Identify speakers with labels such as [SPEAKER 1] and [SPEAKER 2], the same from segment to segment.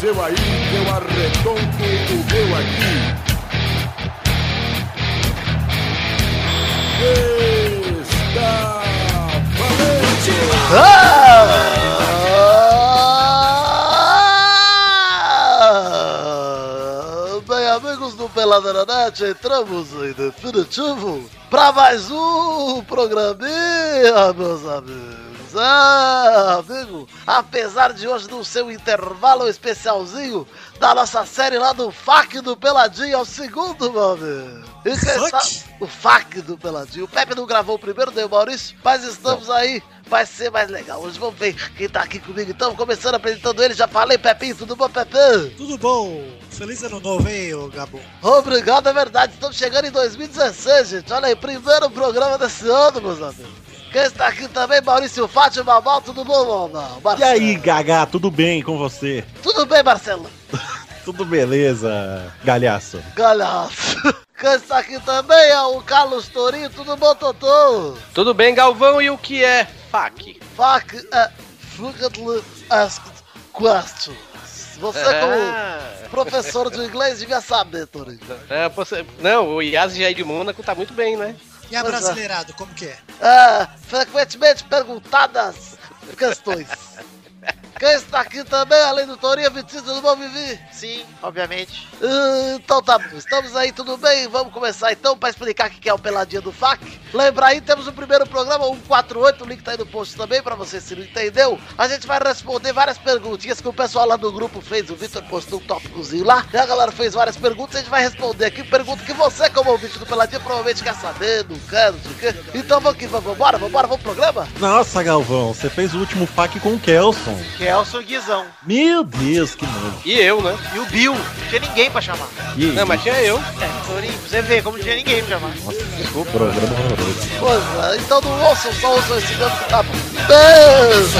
[SPEAKER 1] seu aí, eu arredonto o meu aqui. Está valente!
[SPEAKER 2] Ah! Bem, amigos do Pelada na Net, entramos em definitivo para mais um programinha, meus amigos. Ah, amigo, apesar de hoje não ser um intervalo especialzinho da nossa série lá do FAC do Peladinho, é o segundo, meu amigo. E quem
[SPEAKER 3] Fuck?
[SPEAKER 2] sabe- o FAC do Peladinho. O Pepe não gravou o primeiro, deu Maurício, mas estamos aí. Vai ser mais legal. Hoje vamos ver quem tá aqui comigo. Então, começando apresentando ele, já falei, Pepinho, tudo bom, Pepe?
[SPEAKER 3] Tudo bom? Feliz ano novo, hein, ô Gabo?
[SPEAKER 2] Obrigado, é verdade. Estamos chegando em 2016, gente. Olha aí, primeiro programa desse ano, meus amigos. Quem está aqui também, Maurício Fátio, Babal, tudo bom, Babal?
[SPEAKER 4] E aí, Gagá, tudo bem com você?
[SPEAKER 2] Tudo bem, Marcelo?
[SPEAKER 4] Tudo beleza, galhaço?
[SPEAKER 2] Galhaço. Quem está aqui também é o Carlos Torinho, tudo bom, Totô?
[SPEAKER 5] Tudo bem, Galvão, e o que é FAC?
[SPEAKER 2] Fuck a frequently asked questions. Você é
[SPEAKER 5] Ah.
[SPEAKER 2] como professor de inglês devia saber, Torinho.
[SPEAKER 5] É, você- Não, o Yas Jair de Mônaco tá muito bem, né?
[SPEAKER 3] E a brasileirado, como que é?
[SPEAKER 2] É, frequentemente perguntadas questões. Quem está aqui também, além do Torinho, é Vitinho, tudo bom, Vivi?
[SPEAKER 6] Sim, obviamente.
[SPEAKER 2] Ah, Então tá bom, estamos aí, tudo bem? Vamos começar então para explicar o que que é o Peladinha do FAC. Lembra aí, temos o primeiro programa 148, o link tá aí no post também para você se não entendeu. A gente vai responder várias perguntinhas que o pessoal lá do grupo fez, o Vitor postou um tópicozinho lá. E a galera fez várias perguntas, a gente vai responder aqui pergunta que você, como ouvinte do Peladinha, provavelmente quer saber, não quer, não sei o quê. Então vamos que vamos, vambora, vambora, vamos pro programa?
[SPEAKER 4] Nossa, Galvão, você fez o último pack com o Kelson.
[SPEAKER 6] Kelson e Guizão.
[SPEAKER 4] Meu Deus, que nojo.
[SPEAKER 5] E eu, né?
[SPEAKER 6] E o Bill. Não tinha ninguém pra chamar.
[SPEAKER 4] E aí,
[SPEAKER 5] Não, mas tinha eu.
[SPEAKER 6] É, Torinho, pra você vê como não tinha ninguém pra chamar.
[SPEAKER 4] programa horroroso.
[SPEAKER 2] Pois é, então não ouçam, só ouçam esse mesmo que tá bom. Beijo!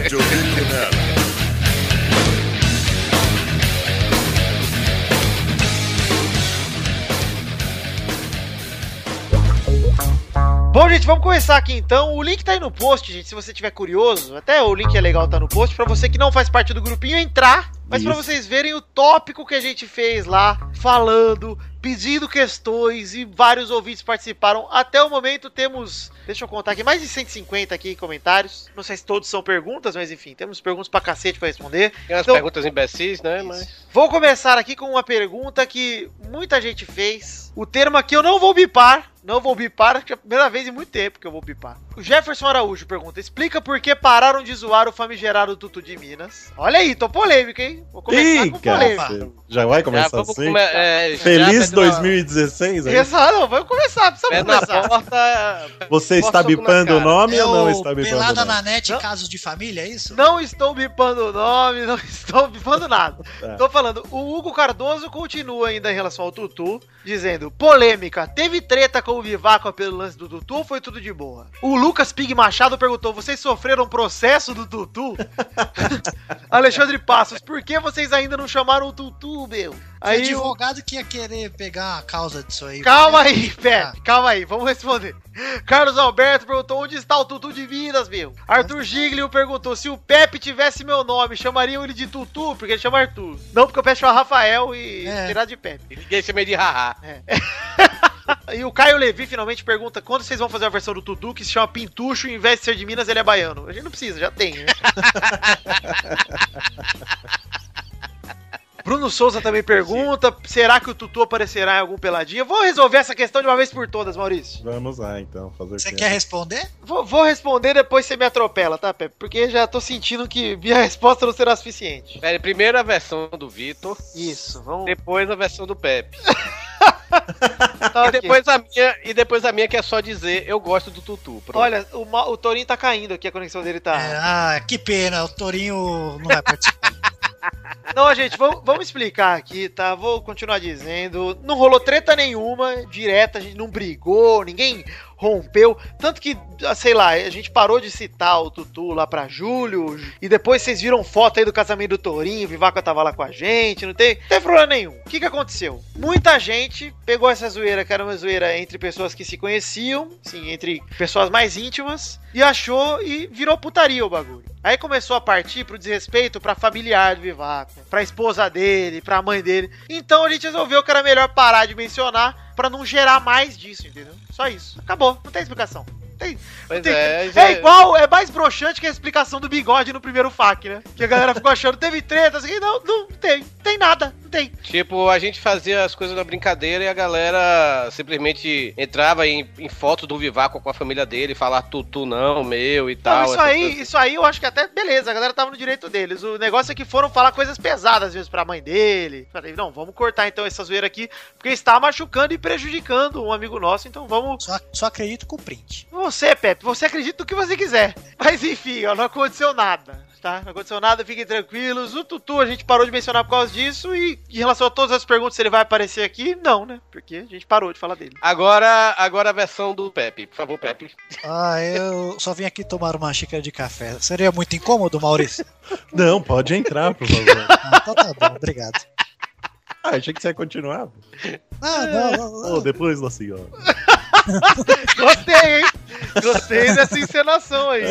[SPEAKER 1] Rádio Vitorina.
[SPEAKER 6] Bom, gente, vamos começar aqui então. O link tá aí no post, gente. Se você tiver curioso, até o link é legal tá no post pra você que não faz parte do grupinho entrar, mas pra
[SPEAKER 4] Isso.
[SPEAKER 6] vocês verem o tópico que a gente fez lá, falando, pedindo questões e vários ouvintes participaram. Até o momento temos, deixa eu contar aqui, mais de 150 aqui comentários. Não sei se todos são perguntas, mas enfim, temos perguntas pra cacete pra responder.
[SPEAKER 5] Tem umas
[SPEAKER 6] Então-
[SPEAKER 5] perguntas imbecis, né? Mas.
[SPEAKER 6] Vou começar aqui com uma pergunta que muita gente fez. O termo aqui eu não vou bipar. Não vou bipar, acho que é a primeira vez em muito tempo que eu vou bipar. O Jefferson Araújo pergunta: explica por que pararam de zoar o famigerado Tutu de Minas. Olha aí, tô polêmico, hein? Vou começar
[SPEAKER 4] Ih,
[SPEAKER 6] com
[SPEAKER 4] cara,
[SPEAKER 6] polêmica.
[SPEAKER 4] você já vai
[SPEAKER 5] Já
[SPEAKER 4] começar
[SPEAKER 5] vamos
[SPEAKER 4] assim?
[SPEAKER 5] come- é, já
[SPEAKER 4] Feliz
[SPEAKER 5] pé na-
[SPEAKER 4] 2016 aí?
[SPEAKER 6] Exato, não, vamos começar, precisa
[SPEAKER 5] Pé na
[SPEAKER 6] começar.
[SPEAKER 5] porta.
[SPEAKER 4] Você está
[SPEAKER 5] Posso na
[SPEAKER 4] bipando o
[SPEAKER 5] cara.
[SPEAKER 4] nome
[SPEAKER 3] É
[SPEAKER 4] ou não
[SPEAKER 3] o
[SPEAKER 4] está bipando o
[SPEAKER 3] Pelada
[SPEAKER 4] nome?
[SPEAKER 3] na net,
[SPEAKER 6] Não.
[SPEAKER 3] casos de família, é isso?
[SPEAKER 6] Não estou bipando o nome, não estou bipando nada.
[SPEAKER 4] Tá.
[SPEAKER 6] Tô falando, o Hugo Cardoso continua ainda em relação ao Tutu, dizendo: polêmica, teve treta com o Vivaco pelo lance do Tutu ou foi tudo de boa? O Lucas Pig Machado perguntou: vocês sofreram processo do Tutu? Alexandre Passos, por que vocês ainda não chamaram o Tutu, meu?
[SPEAKER 3] Aí
[SPEAKER 6] Aí o
[SPEAKER 3] advogado que ia querer pegar a causa disso aí.
[SPEAKER 6] Calma aí, Pepe, calma aí, vamos responder. Carlos Alberto perguntou onde está o Tutu de Minas, meu. Arthur Giglio perguntou se o Pepe tivesse meu nome, chamariam ele de Tutu, porque ele chama Arthur. Não porque eu peço a Rafael e
[SPEAKER 3] É.
[SPEAKER 6] tirar de Pepe.
[SPEAKER 5] E Ninguém chama ele de haha.
[SPEAKER 6] E o Caio Levi finalmente pergunta quando vocês vão fazer a versão do Tutu que se chama Pintucho, e em vez de ser de Minas, ele é baiano. A gente não precisa, já tem, né? Bruno Souza também pergunta: será que o Tutu aparecerá em algum peladinho? Eu vou resolver essa questão de uma vez por todas, Maurício.
[SPEAKER 4] Vamos lá, então, fazer o
[SPEAKER 3] Você
[SPEAKER 4] quê?
[SPEAKER 3] quer responder?
[SPEAKER 6] Vou, vou responder depois você me atropela, tá, Pepe? Porque já tô sentindo que minha resposta não será suficiente.
[SPEAKER 5] Pera, primeiro a versão do Vitor,
[SPEAKER 6] Isso, vamos.
[SPEAKER 5] depois a versão do Pepe.
[SPEAKER 6] Tá,
[SPEAKER 5] E
[SPEAKER 6] ok.
[SPEAKER 5] depois a minha, e depois a minha que é só dizer eu gosto do Tutu. Pronto.
[SPEAKER 6] Olha, o, ma- o Torinho tá caindo aqui, a conexão dele tá.
[SPEAKER 3] É, ah, que pena, o Torinho não vai participar.
[SPEAKER 6] Não, gente, vamos, vamos explicar aqui, tá? Vou continuar dizendo. Não rolou treta nenhuma direta, a gente não brigou, ninguém rompeu. Tanto que, ah, sei lá, a gente parou de citar o Tutu lá pra julho. E depois vocês viram foto aí do casamento do Tourinho, o Vivaca tava lá com a gente, não tem, não teve problema nenhum. O que que aconteceu? Muita gente pegou essa zoeira, que era uma zoeira entre pessoas que se conheciam, assim, entre pessoas mais íntimas, e achou e virou putaria o bagulho. A Aí começou a partir pro desrespeito pra familiar do Vivaco, pra esposa dele, pra mãe dele. Então a gente resolveu que era melhor parar de mencionar pra não gerar mais disso, entendeu? Só isso. Acabou, não tem explicação. Não Tem,
[SPEAKER 5] Pois
[SPEAKER 6] tem-
[SPEAKER 5] é,
[SPEAKER 6] é
[SPEAKER 5] já-
[SPEAKER 6] igual, é mais broxante que a explicação do bigode no primeiro fac, né? Que a galera ficou achando, teve treta, assim, não, não tem, não tem nada, não tem.
[SPEAKER 5] Tipo, a gente fazia as coisas na brincadeira e a galera simplesmente entrava em, em foto do Vivaco com a família dele, falar tutu não, meu e tal.
[SPEAKER 6] Não, Então, isso
[SPEAKER 5] essas
[SPEAKER 6] aí,
[SPEAKER 5] coisas.
[SPEAKER 6] isso aí eu acho que até beleza, a galera tava no direito deles. O negócio é que foram falar coisas pesadas às vezes pra mãe dele. Falei, não, vamos cortar então essa zoeira aqui, porque está machucando e prejudicando um amigo nosso, então vamos.
[SPEAKER 3] Só, só acredito com o print.
[SPEAKER 6] Você, Pepe, você acredita no que você quiser. Mas enfim, ó, não aconteceu nada. Tá? Não aconteceu nada, fiquem tranquilos. O Tutu a gente parou de mencionar por causa disso. E em relação a todas as perguntas, se ele vai aparecer aqui, não, né? Porque a gente parou de falar dele.
[SPEAKER 5] Agora, agora a versão do Pepe. Por favor, Pepe.
[SPEAKER 3] Ah, eu só vim aqui tomar uma xícara de café. Seria muito incômodo, Maurício?
[SPEAKER 4] Não, pode entrar, por favor.
[SPEAKER 3] Ah, então tá bom, obrigado.
[SPEAKER 4] ah, achei que você ia continuar.
[SPEAKER 3] Ah, não, não, não.
[SPEAKER 4] Ô, depois da senhora.
[SPEAKER 6] Gostei, hein? Gostei dessa encenação aí.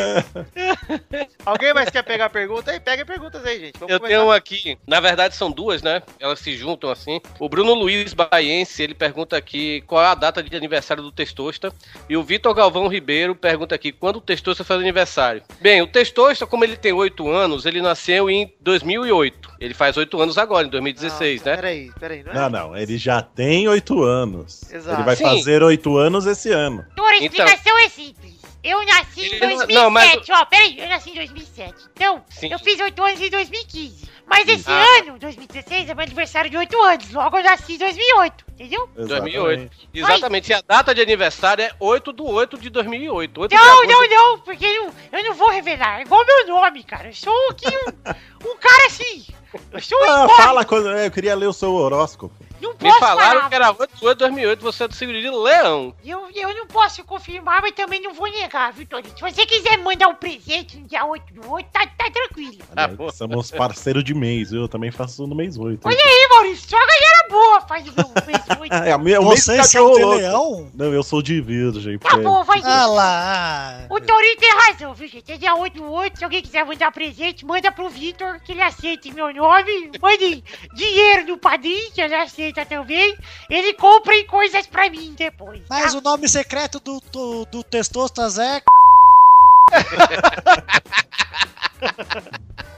[SPEAKER 6] Alguém mais quer pegar pergunta? Aí pega perguntas aí, gente. Vamos
[SPEAKER 5] Eu tenho uma aqui, na verdade são duas, né? Elas se juntam assim. O Bruno Luiz Baiense, ele pergunta aqui qual é a data de aniversário do Testosta. E o Vitor Galvão Ribeiro pergunta aqui quando o Testosta faz aniversário. Bem, o Testosta, como ele tem oito anos, ele nasceu em 2008. Ele faz oito anos agora, em 2016, né?
[SPEAKER 6] Peraí, peraí. Não é?
[SPEAKER 4] Não, não, ele já tem oito anos.
[SPEAKER 6] Exato.
[SPEAKER 4] Ele vai
[SPEAKER 5] Sim.
[SPEAKER 4] fazer oito anos esse ano.
[SPEAKER 7] Doutora, a
[SPEAKER 5] Então-
[SPEAKER 7] explicação é simples. Eu nasci em
[SPEAKER 5] Ele não-
[SPEAKER 7] 2007,
[SPEAKER 5] não, mas
[SPEAKER 7] ó, peraí, eu nasci em 2007. Então,
[SPEAKER 5] Sim.
[SPEAKER 7] eu fiz 8 anos em 2015. Mas esse
[SPEAKER 5] Ah.
[SPEAKER 7] ano, 2016, é meu aniversário de 8 anos, logo eu nasci em 2008, entendeu?
[SPEAKER 5] 2008. Exatamente. E a data de aniversário é 8 de 8 de 2008. 8 de
[SPEAKER 7] Não,
[SPEAKER 5] agosto.
[SPEAKER 7] não, não, porque eu, eu não vou revelar, é igual meu nome, cara, eu sou aqui um, um cara assim, eu sou um
[SPEAKER 4] Ah,
[SPEAKER 7] incógnito,
[SPEAKER 4] fala quando. Eu queria ler o seu horóscopo.
[SPEAKER 7] não
[SPEAKER 5] Me
[SPEAKER 7] posso
[SPEAKER 5] falaram
[SPEAKER 7] falar.
[SPEAKER 5] que era 8 de 8 de 2008, você é do signo de leão.
[SPEAKER 7] Eu, eu não posso confirmar, mas também não vou negar, viu, Torinho? Se você quiser mandar um presente no dia 8 do 8, tá, tá tranquilo.
[SPEAKER 4] Olha
[SPEAKER 5] Ah,
[SPEAKER 4] aí,
[SPEAKER 5] boa.
[SPEAKER 4] somos parceiros de mês, viu? Eu também faço no mês 8.
[SPEAKER 7] Olha aí, Maurício, só a galera é boa faz o meu presente.
[SPEAKER 4] É, o meu mês do
[SPEAKER 3] Vocês são
[SPEAKER 4] cachorro
[SPEAKER 3] de
[SPEAKER 4] louco.
[SPEAKER 3] leão?
[SPEAKER 4] Não, eu sou de virgem.
[SPEAKER 7] Tá
[SPEAKER 4] pé.
[SPEAKER 7] bom, vai.
[SPEAKER 3] Ah lá.
[SPEAKER 7] O Torinho tem razão, viu, gente? É dia 8 do 8. Se alguém quiser mandar presente, manda pro Vitor, que ele aceita em meu nome. Mande dinheiro no padrinho, que ele aceita também. Ele compra em coisas pra mim depois. tá?
[SPEAKER 3] Mas o nome secreto do, do, do Testostas é. c****.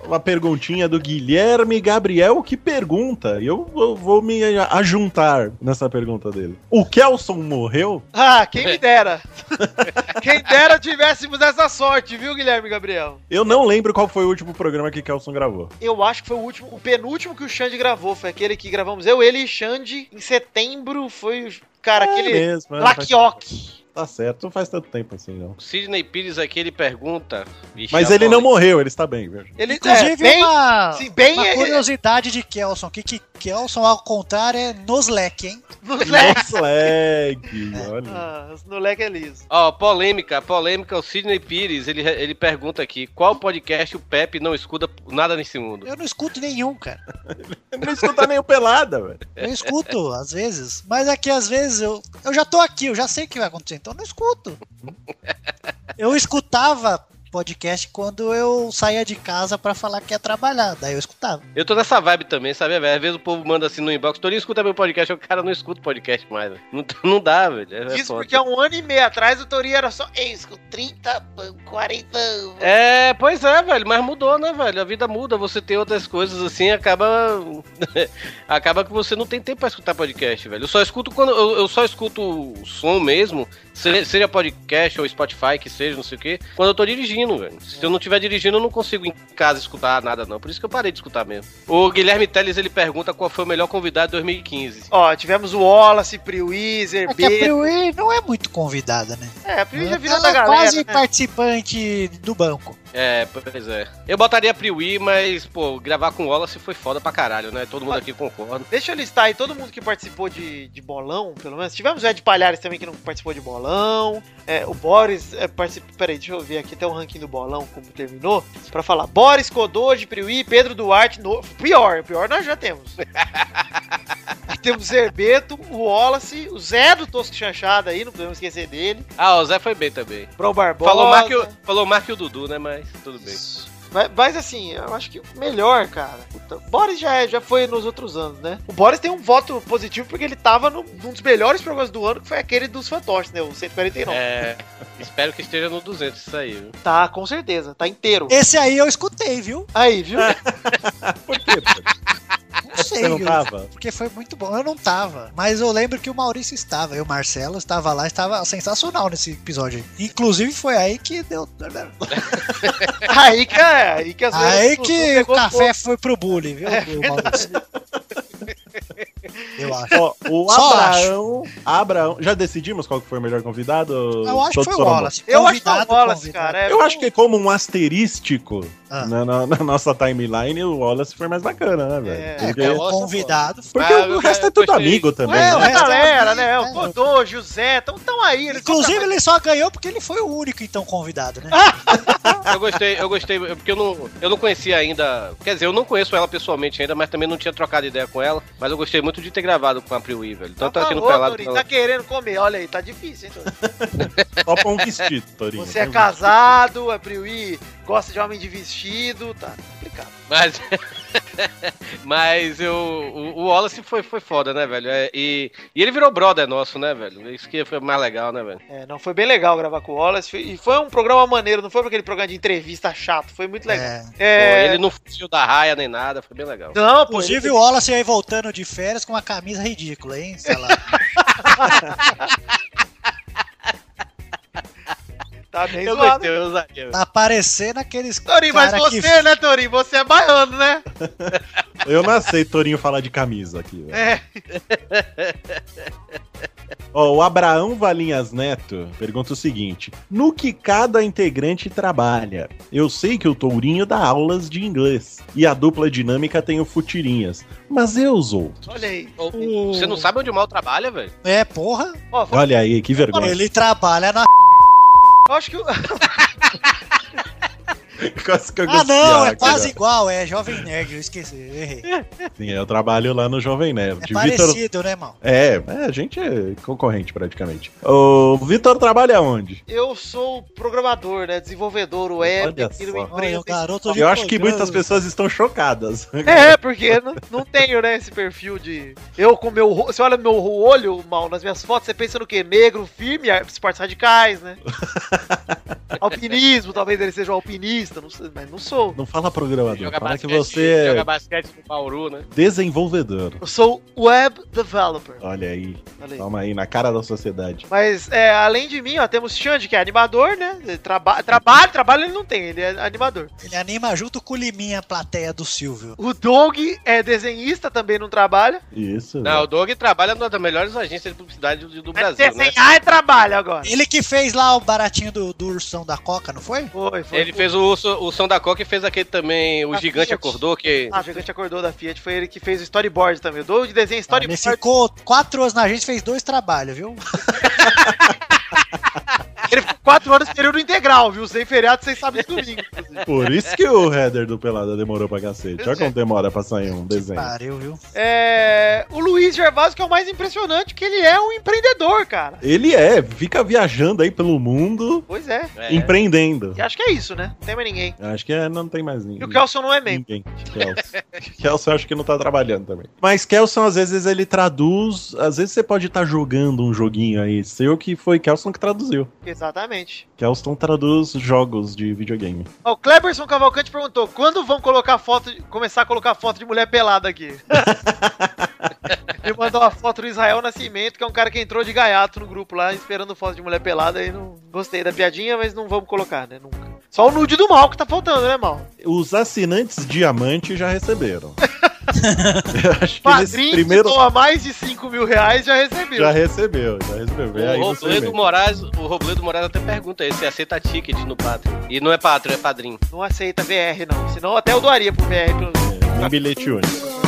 [SPEAKER 4] Uma perguntinha do Guilherme Gabriel que pergunta. E eu vou, vou me ajuntar nessa pergunta dele. O Kelson morreu?
[SPEAKER 6] Ah, quem me dera. quem dera tivéssemos essa sorte, viu, Guilherme e Gabriel?
[SPEAKER 4] Eu não lembro qual foi o último programa que Kelson gravou.
[SPEAKER 6] Eu acho que foi o último, o penúltimo que o Xande gravou. Foi aquele que gravamos eu, ele e Xande. Em setembro foi o. Cara, aquele.
[SPEAKER 4] mesmo,
[SPEAKER 3] né?
[SPEAKER 4] é, faz-
[SPEAKER 6] Laquioque.
[SPEAKER 4] Tá certo, não faz tanto tempo assim, não.
[SPEAKER 5] O Sidney Pires aqui, ele pergunta... Ixi,
[SPEAKER 4] Mas
[SPEAKER 5] a
[SPEAKER 4] ele não
[SPEAKER 5] bola.
[SPEAKER 4] morreu, ele está bem, viu?
[SPEAKER 6] Ele é,
[SPEAKER 3] Inclusive,
[SPEAKER 6] bem,
[SPEAKER 3] uma,
[SPEAKER 6] sim, bem
[SPEAKER 3] uma
[SPEAKER 6] é-
[SPEAKER 3] curiosidade de Kelson: que, que Kelson, ao contrário, é nos leque, hein?
[SPEAKER 6] nos leques.
[SPEAKER 4] Nossa, lag, olha.
[SPEAKER 6] Ah, os no leque é liso.
[SPEAKER 5] Ó, polêmica, polêmica, o Sidney Pires, ele, ele pergunta aqui, qual podcast o Pepe não escuta nada nesse mundo?
[SPEAKER 3] Eu não escuto nenhum, cara.
[SPEAKER 4] Ele não escuta nem o pelada, velho.
[SPEAKER 3] Eu escuto, às vezes. Mas aqui, às vezes, eu, eu já tô aqui, eu já sei o que vai acontecer, então eu não escuto. Eu escutava podcast quando eu saía de casa pra falar que ia trabalhar, daí eu escutava.
[SPEAKER 5] Eu tô nessa vibe também, sabe, velho? Às vezes o povo manda assim no inbox, Torinho, escuta meu podcast, eu, cara, não escuto podcast mais, velho. Não, não dá, velho. É,
[SPEAKER 6] Isso
[SPEAKER 5] foda.
[SPEAKER 6] porque há um ano e meio atrás o Torinho era só.
[SPEAKER 2] Ei, isso, 30, 40.
[SPEAKER 5] É, pois é, velho, mas mudou, né, velho? A vida muda, você tem outras coisas assim, acaba acaba que você não tem tempo pra escutar podcast, velho. Eu só escuto quando eu, eu só escuto o som mesmo, se- seja podcast ou Spotify que seja, não sei o quê, quando eu tô dirigindo, velho. Se eu não estiver dirigindo, eu não consigo em casa escutar nada não. Por isso que eu parei de escutar mesmo. O Guilherme Teles ele pergunta qual foi o melhor convidado de 2015.
[SPEAKER 6] Ó, tivemos o Wallace, Priweezer,
[SPEAKER 3] É que a
[SPEAKER 6] B.
[SPEAKER 3] Priui não é muito convidada, né?
[SPEAKER 6] É, a Priweezer vira
[SPEAKER 3] Ela
[SPEAKER 6] da
[SPEAKER 3] é
[SPEAKER 6] galera.
[SPEAKER 3] quase
[SPEAKER 6] né?
[SPEAKER 3] participante do banco.
[SPEAKER 5] É, pois é. Eu botaria Priwi, mas pô, gravar com o Wallace foi foda pra caralho, né? Todo mundo aqui concorda.
[SPEAKER 6] Deixa eu listar aí todo mundo que participou de, de bolão, pelo menos. Tivemos o Ed Palhares também que não participou de bolão. É, o Boris é, participou. Peraí, deixa eu ver aqui até o ranking do bolão, como terminou. Pra falar. Boris, Kodoji, Priui, Pedro Duarte. No... Pior, pior nós já temos. Aí temos o Zerbeto, o Wallace, o Zé do Tosco Chanchada aí, não podemos esquecer dele.
[SPEAKER 5] Ah, o Zé foi bem também.
[SPEAKER 6] Pro Barbosa.
[SPEAKER 5] Falou mais, que o, falou mais que o Dudu, né? Mas tudo bem.
[SPEAKER 6] Mas, mas, assim, eu acho que o melhor, cara. Puta, o Boris já, é, já foi nos outros anos, né? O Boris tem um voto positivo porque ele tava no, num dos melhores programas do ano, que foi aquele dos fantoches, né? O 149.
[SPEAKER 5] É, espero que esteja no 200 isso aí. viu?
[SPEAKER 6] Tá, com certeza. Tá inteiro.
[SPEAKER 3] Esse aí eu escutei, viu?
[SPEAKER 6] Aí, viu?
[SPEAKER 4] Por quê? Pedro?
[SPEAKER 3] Não sei,
[SPEAKER 4] Você não
[SPEAKER 3] viu?
[SPEAKER 4] tava?
[SPEAKER 3] Porque foi muito bom. Eu não tava, mas eu lembro que o Maurício estava, e o Marcelo estava lá, estava sensacional nesse episódio. aí. Inclusive foi aí que deu.
[SPEAKER 6] aí que é. Aí que, às vezes,
[SPEAKER 3] Aí
[SPEAKER 6] tu- tu
[SPEAKER 3] que o
[SPEAKER 6] pegou É
[SPEAKER 3] café foi pro bullying, viu, o Maurício? Eu acho.
[SPEAKER 4] Ó, o
[SPEAKER 3] Só
[SPEAKER 4] Abraão, Abraão. Já decidimos qual que foi o melhor convidado?
[SPEAKER 3] Eu acho que
[SPEAKER 4] Todos
[SPEAKER 3] foi o
[SPEAKER 4] foram
[SPEAKER 3] Wallace.
[SPEAKER 6] Eu acho que é o
[SPEAKER 3] Convidado,
[SPEAKER 6] Wallace,
[SPEAKER 3] convidado.
[SPEAKER 6] cara. É,
[SPEAKER 4] Eu acho que como um asterístico
[SPEAKER 3] Ah.
[SPEAKER 4] na, na- na nossa timeline, o Wallace foi mais bacana, né, velho?
[SPEAKER 6] É,
[SPEAKER 3] É,
[SPEAKER 4] porque
[SPEAKER 3] cara, convidado.
[SPEAKER 4] porque
[SPEAKER 5] Ah,
[SPEAKER 4] o
[SPEAKER 5] eu
[SPEAKER 4] resto é tudo
[SPEAKER 5] gostei.
[SPEAKER 4] amigo também.
[SPEAKER 6] É,
[SPEAKER 4] né?
[SPEAKER 6] a
[SPEAKER 3] É,
[SPEAKER 6] galera,
[SPEAKER 3] tá bem,
[SPEAKER 6] né?
[SPEAKER 3] é.
[SPEAKER 6] O Godô, José, estão tão aí. né? Eles tão
[SPEAKER 3] Inclusive,
[SPEAKER 6] trabalhando.
[SPEAKER 3] ele só ganhou porque ele foi o único, então, convidado,
[SPEAKER 6] Ah,
[SPEAKER 3] né?
[SPEAKER 5] Eu gostei, eu gostei, eu- porque eu não, eu não conhecia ainda. Quer dizer, eu não conheço ela pessoalmente ainda, mas também não tinha trocado ideia com ela. Mas eu gostei muito de ter gravado com a Priwi, velho. Tanto
[SPEAKER 6] Tá
[SPEAKER 5] aqui no
[SPEAKER 6] louco,
[SPEAKER 5] Pelado.
[SPEAKER 6] Torinho,
[SPEAKER 5] quanto-
[SPEAKER 6] tá querendo comer. Olha aí, tá difícil, hein, Torinho?
[SPEAKER 4] Só pão vestido, Torinho. né?
[SPEAKER 6] Você é casado, é priui, gosta de homem de vestido, tá complicado.
[SPEAKER 5] Mas, mas eu, o, o Wallace foi, foi foda, né, velho? É, E, e ele virou brother nosso, né, velho? Isso que foi mais legal, né, velho?
[SPEAKER 6] É, não, foi bem legal gravar com o Wallace. foi- e foi um programa maneiro, não foi aquele programa de entrevista chato, foi muito legal.
[SPEAKER 3] É.
[SPEAKER 6] É,
[SPEAKER 5] Ele não fugiu da raia nem nada, foi bem legal.
[SPEAKER 6] Não, pô, ele-
[SPEAKER 3] Inclusive, o Wallace aí voltando de férias com uma camisa ridícula, hein? Sei lá.
[SPEAKER 6] tá bem
[SPEAKER 5] Eu
[SPEAKER 6] zoado.
[SPEAKER 5] gostei, eu usaria.
[SPEAKER 3] Tá parecendo aqueles.
[SPEAKER 6] Torinho, mas
[SPEAKER 3] cara
[SPEAKER 6] você, né, Torinho? Você é baiano, né?
[SPEAKER 4] Eu não aceito Torinho falar de camisa aqui. velho.
[SPEAKER 6] É.
[SPEAKER 4] Ó, o Abraão Valinhas Neto pergunta o seguinte: No que cada integrante trabalha? Eu sei que o Tourinho dá aulas de inglês e a dupla dinâmica tem o Futirinhas, mas e os outros?
[SPEAKER 6] Olha aí.
[SPEAKER 5] Ô, Você não sabe onde o mal trabalha, velho?
[SPEAKER 3] É, porra.
[SPEAKER 6] Ó, vamos-
[SPEAKER 4] Olha aí, que vergonha.
[SPEAKER 3] Ele trabalha na.
[SPEAKER 6] eu acho que o-
[SPEAKER 4] Quase que eu
[SPEAKER 3] Ah, não, é
[SPEAKER 4] cara.
[SPEAKER 3] quase igual, é Jovem Nerd, eu esqueci, eu errei.
[SPEAKER 4] Sim, eu trabalho lá no Jovem Nerd.
[SPEAKER 3] É
[SPEAKER 4] Vitor-
[SPEAKER 3] parecido, né, irmão?
[SPEAKER 4] É, é, a gente é concorrente praticamente. O Vitor trabalha onde?
[SPEAKER 6] eu sou programador, né? Desenvolvedor, web,
[SPEAKER 4] Olha
[SPEAKER 6] aqui
[SPEAKER 4] só.
[SPEAKER 6] numa empresa.
[SPEAKER 3] Olha, o garoto de
[SPEAKER 4] Eu acho que
[SPEAKER 3] programa.
[SPEAKER 4] muitas pessoas estão chocadas.
[SPEAKER 6] É, porque eu não, não tenho, né, esse perfil de. Eu com meu. ro- Você olha meu ro- olho mal nas minhas fotos, você pensa no quê? Negro, firme, ar- esportes radicais, né? Alpinismo, talvez ele seja um alpinista, não sei, mas não sou.
[SPEAKER 4] Não fala programador,
[SPEAKER 5] Joga
[SPEAKER 4] fala que
[SPEAKER 5] basquete,
[SPEAKER 4] você
[SPEAKER 5] joga
[SPEAKER 4] é
[SPEAKER 5] basquete no Bauru, né?
[SPEAKER 4] desenvolvedor.
[SPEAKER 6] Eu sou web developer.
[SPEAKER 4] Olha aí,
[SPEAKER 6] Olha aí.
[SPEAKER 4] toma aí, na cara da sociedade.
[SPEAKER 6] Mas, é, além de mim, ó, temos Xande, que é animador, né? Ele Traba trabalho, trabalho ele não tem, ele é animador.
[SPEAKER 3] Ele anima junto com o Liminha, a plateia do Silvio.
[SPEAKER 6] O Doug é desenhista, também não trabalha.
[SPEAKER 4] Isso.
[SPEAKER 5] Não, o Doug trabalha numa das melhores agências de publicidade do, do
[SPEAKER 6] Mas
[SPEAKER 5] Brasil, né?
[SPEAKER 6] desenhar é trabalho agora.
[SPEAKER 3] Ele que fez lá o baratinho do, do ursão da Coca, não foi?
[SPEAKER 6] Foi, foi.
[SPEAKER 5] Ele fez o, urso- o som da Coca e fez aquele também, o
[SPEAKER 6] Ah,
[SPEAKER 5] Gigante
[SPEAKER 6] Fiat.
[SPEAKER 5] Acordou, que...
[SPEAKER 6] Ah, o Gigante Acordou da Fiat foi ele que fez o storyboard também. O Doug
[SPEAKER 3] Ah,
[SPEAKER 6] desenha
[SPEAKER 3] ele
[SPEAKER 6] storyboard.
[SPEAKER 3] ficou quatro anos na gente, fez dois trabalhos, viu?
[SPEAKER 6] Ele ficou quatro anos período integral, viu? Sem feriado, sem sábado e domingo. inclusive.
[SPEAKER 4] Por isso que o header do Pelada demorou pra cacete. Olha como demora pra sair um desenho.
[SPEAKER 3] Pariu, viu?
[SPEAKER 6] É, o Luiz Gervásio, que é o mais impressionante, que ele é um empreendedor, cara.
[SPEAKER 4] Ele é, fica viajando aí pelo mundo,
[SPEAKER 6] Pois é.
[SPEAKER 5] É,
[SPEAKER 4] empreendendo.
[SPEAKER 6] E acho que é isso, né? Não tem mais ninguém.
[SPEAKER 4] Acho que é, não tem mais ninguém.
[SPEAKER 6] E o Kelson não é membro.
[SPEAKER 4] Ninguém. Kelson. Kelson eu acho que não tá trabalhando também. Mas Kelson, às vezes, ele traduz. Às vezes você pode estar jogando um joguinho aí. Seu que foi Kelson que traduziu.
[SPEAKER 6] Exatamente.
[SPEAKER 4] Kelson traduz jogos de videogame.
[SPEAKER 6] Ó, o Cleberson Cavalcante perguntou: quando vão colocar foto, de- começar a colocar foto de mulher pelada aqui? Ele mandou uma foto do Israel Nascimento, que é um cara que entrou de gaiato no grupo lá, esperando foto de mulher pelada. E não gostei da piadinha, mas não vamos colocar, né? Nunca. Só o nude do mal que tá faltando, né, mal?
[SPEAKER 4] Os assinantes diamante já receberam. eu acho que nesse
[SPEAKER 6] Padrinho que
[SPEAKER 4] primeiro.
[SPEAKER 6] doa mais de 5 mil reais já recebeu.
[SPEAKER 4] Já recebeu, já recebeu. Vem É, aí
[SPEAKER 5] O
[SPEAKER 4] no
[SPEAKER 5] Robledo,
[SPEAKER 4] segmento.
[SPEAKER 5] Moraes, o Robledo Moraes até pergunta aí se aceita ticket no Patreon. E não é Patreon, é padrinho.
[SPEAKER 6] Não aceita VR, não. Senão até eu doaria pro VR. Pelo...
[SPEAKER 4] Um bilhete único.
[SPEAKER 6] Não aceita.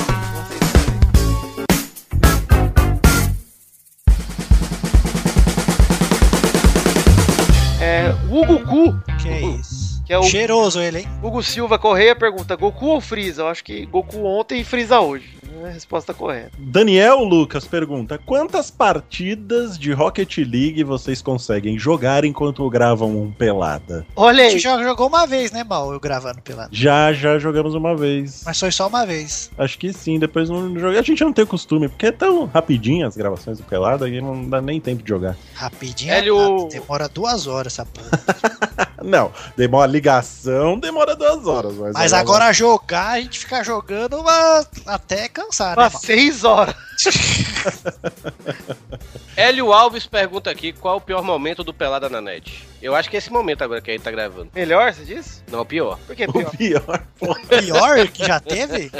[SPEAKER 6] É, o Hugo Cu
[SPEAKER 3] Que isso.
[SPEAKER 6] Que é o-
[SPEAKER 3] Cheiroso ele, hein?
[SPEAKER 6] Hugo Silva Correia pergunta: Goku ou Freeza? Eu acho que Goku ontem e Freeza hoje. Não é a resposta correta.
[SPEAKER 4] Daniel Lucas pergunta: quantas partidas de Rocket League vocês conseguem jogar enquanto gravam um pelada?
[SPEAKER 6] Olha
[SPEAKER 3] A gente
[SPEAKER 6] aí.
[SPEAKER 3] já jogou uma vez, né, Mal? Eu gravando pelado.
[SPEAKER 4] Já, já jogamos uma vez.
[SPEAKER 3] Mas foi só uma vez.
[SPEAKER 4] Acho que sim, depois não joguei. A gente não tem costume, porque é tão rapidinho as gravações do pelada que não dá nem tempo de jogar.
[SPEAKER 3] Rapidinho.
[SPEAKER 5] Hélio-
[SPEAKER 3] nada, Demora duas horas essa porra.
[SPEAKER 4] Não, demora ligação, demora duas horas. é
[SPEAKER 3] Mas agora jogar, a gente fica jogando mas até cansar, né,
[SPEAKER 6] Umas
[SPEAKER 3] Mal?
[SPEAKER 6] seis horas.
[SPEAKER 5] Hélio Alves pergunta aqui qual o pior momento do Pelada na Net. Eu acho que é esse momento agora que a gente tá gravando.
[SPEAKER 6] Melhor, você disse?
[SPEAKER 5] Não, o pior.
[SPEAKER 6] Por que
[SPEAKER 4] O
[SPEAKER 6] pior?
[SPEAKER 4] pior, pô.
[SPEAKER 3] Pior que já teve?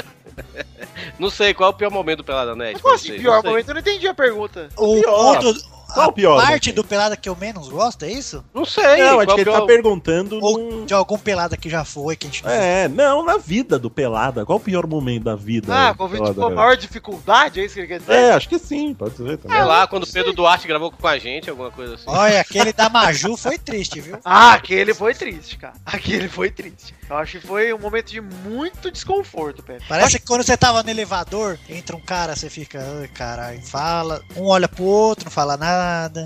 [SPEAKER 5] Não sei qual é o pior momento do Pelada na Net.
[SPEAKER 6] Como assim,
[SPEAKER 5] vocês,
[SPEAKER 6] pior
[SPEAKER 5] não sei.
[SPEAKER 6] momento? Eu não entendi a pergunta.
[SPEAKER 3] O
[SPEAKER 4] Pior.
[SPEAKER 3] ponto-
[SPEAKER 4] Qual o pior? né?
[SPEAKER 3] a parte do pelada que eu menos gosto, é isso?
[SPEAKER 5] Não sei.
[SPEAKER 4] Não,
[SPEAKER 5] qual
[SPEAKER 4] acho que
[SPEAKER 5] é o
[SPEAKER 4] ele tá
[SPEAKER 5] pior...
[SPEAKER 4] perguntando.
[SPEAKER 3] Ou
[SPEAKER 4] num-
[SPEAKER 3] de algum pelada que já foi, que a gente não
[SPEAKER 4] É, não, na vida do pelada. Qual o pior momento da vida?
[SPEAKER 6] Ah,
[SPEAKER 4] do
[SPEAKER 6] convite
[SPEAKER 4] Pelada,
[SPEAKER 6] com a
[SPEAKER 5] né?
[SPEAKER 4] velho?
[SPEAKER 6] maior dificuldade, é isso que ele quer dizer?
[SPEAKER 4] É, acho que sim, pode ser também.
[SPEAKER 5] Sei lá, quando o Pedro Duarte gravou com a gente, alguma coisa assim.
[SPEAKER 3] Olha, aquele da Maju foi triste, viu?
[SPEAKER 6] Ah, aquele foi triste, cara. Aquele foi triste. Eu acho que foi um momento de muito desconforto, velho.
[SPEAKER 3] Parece que quando você tava no elevador, entra um cara, você fica, "Ai, caralho, fala. Um olha pro outro, não fala nada.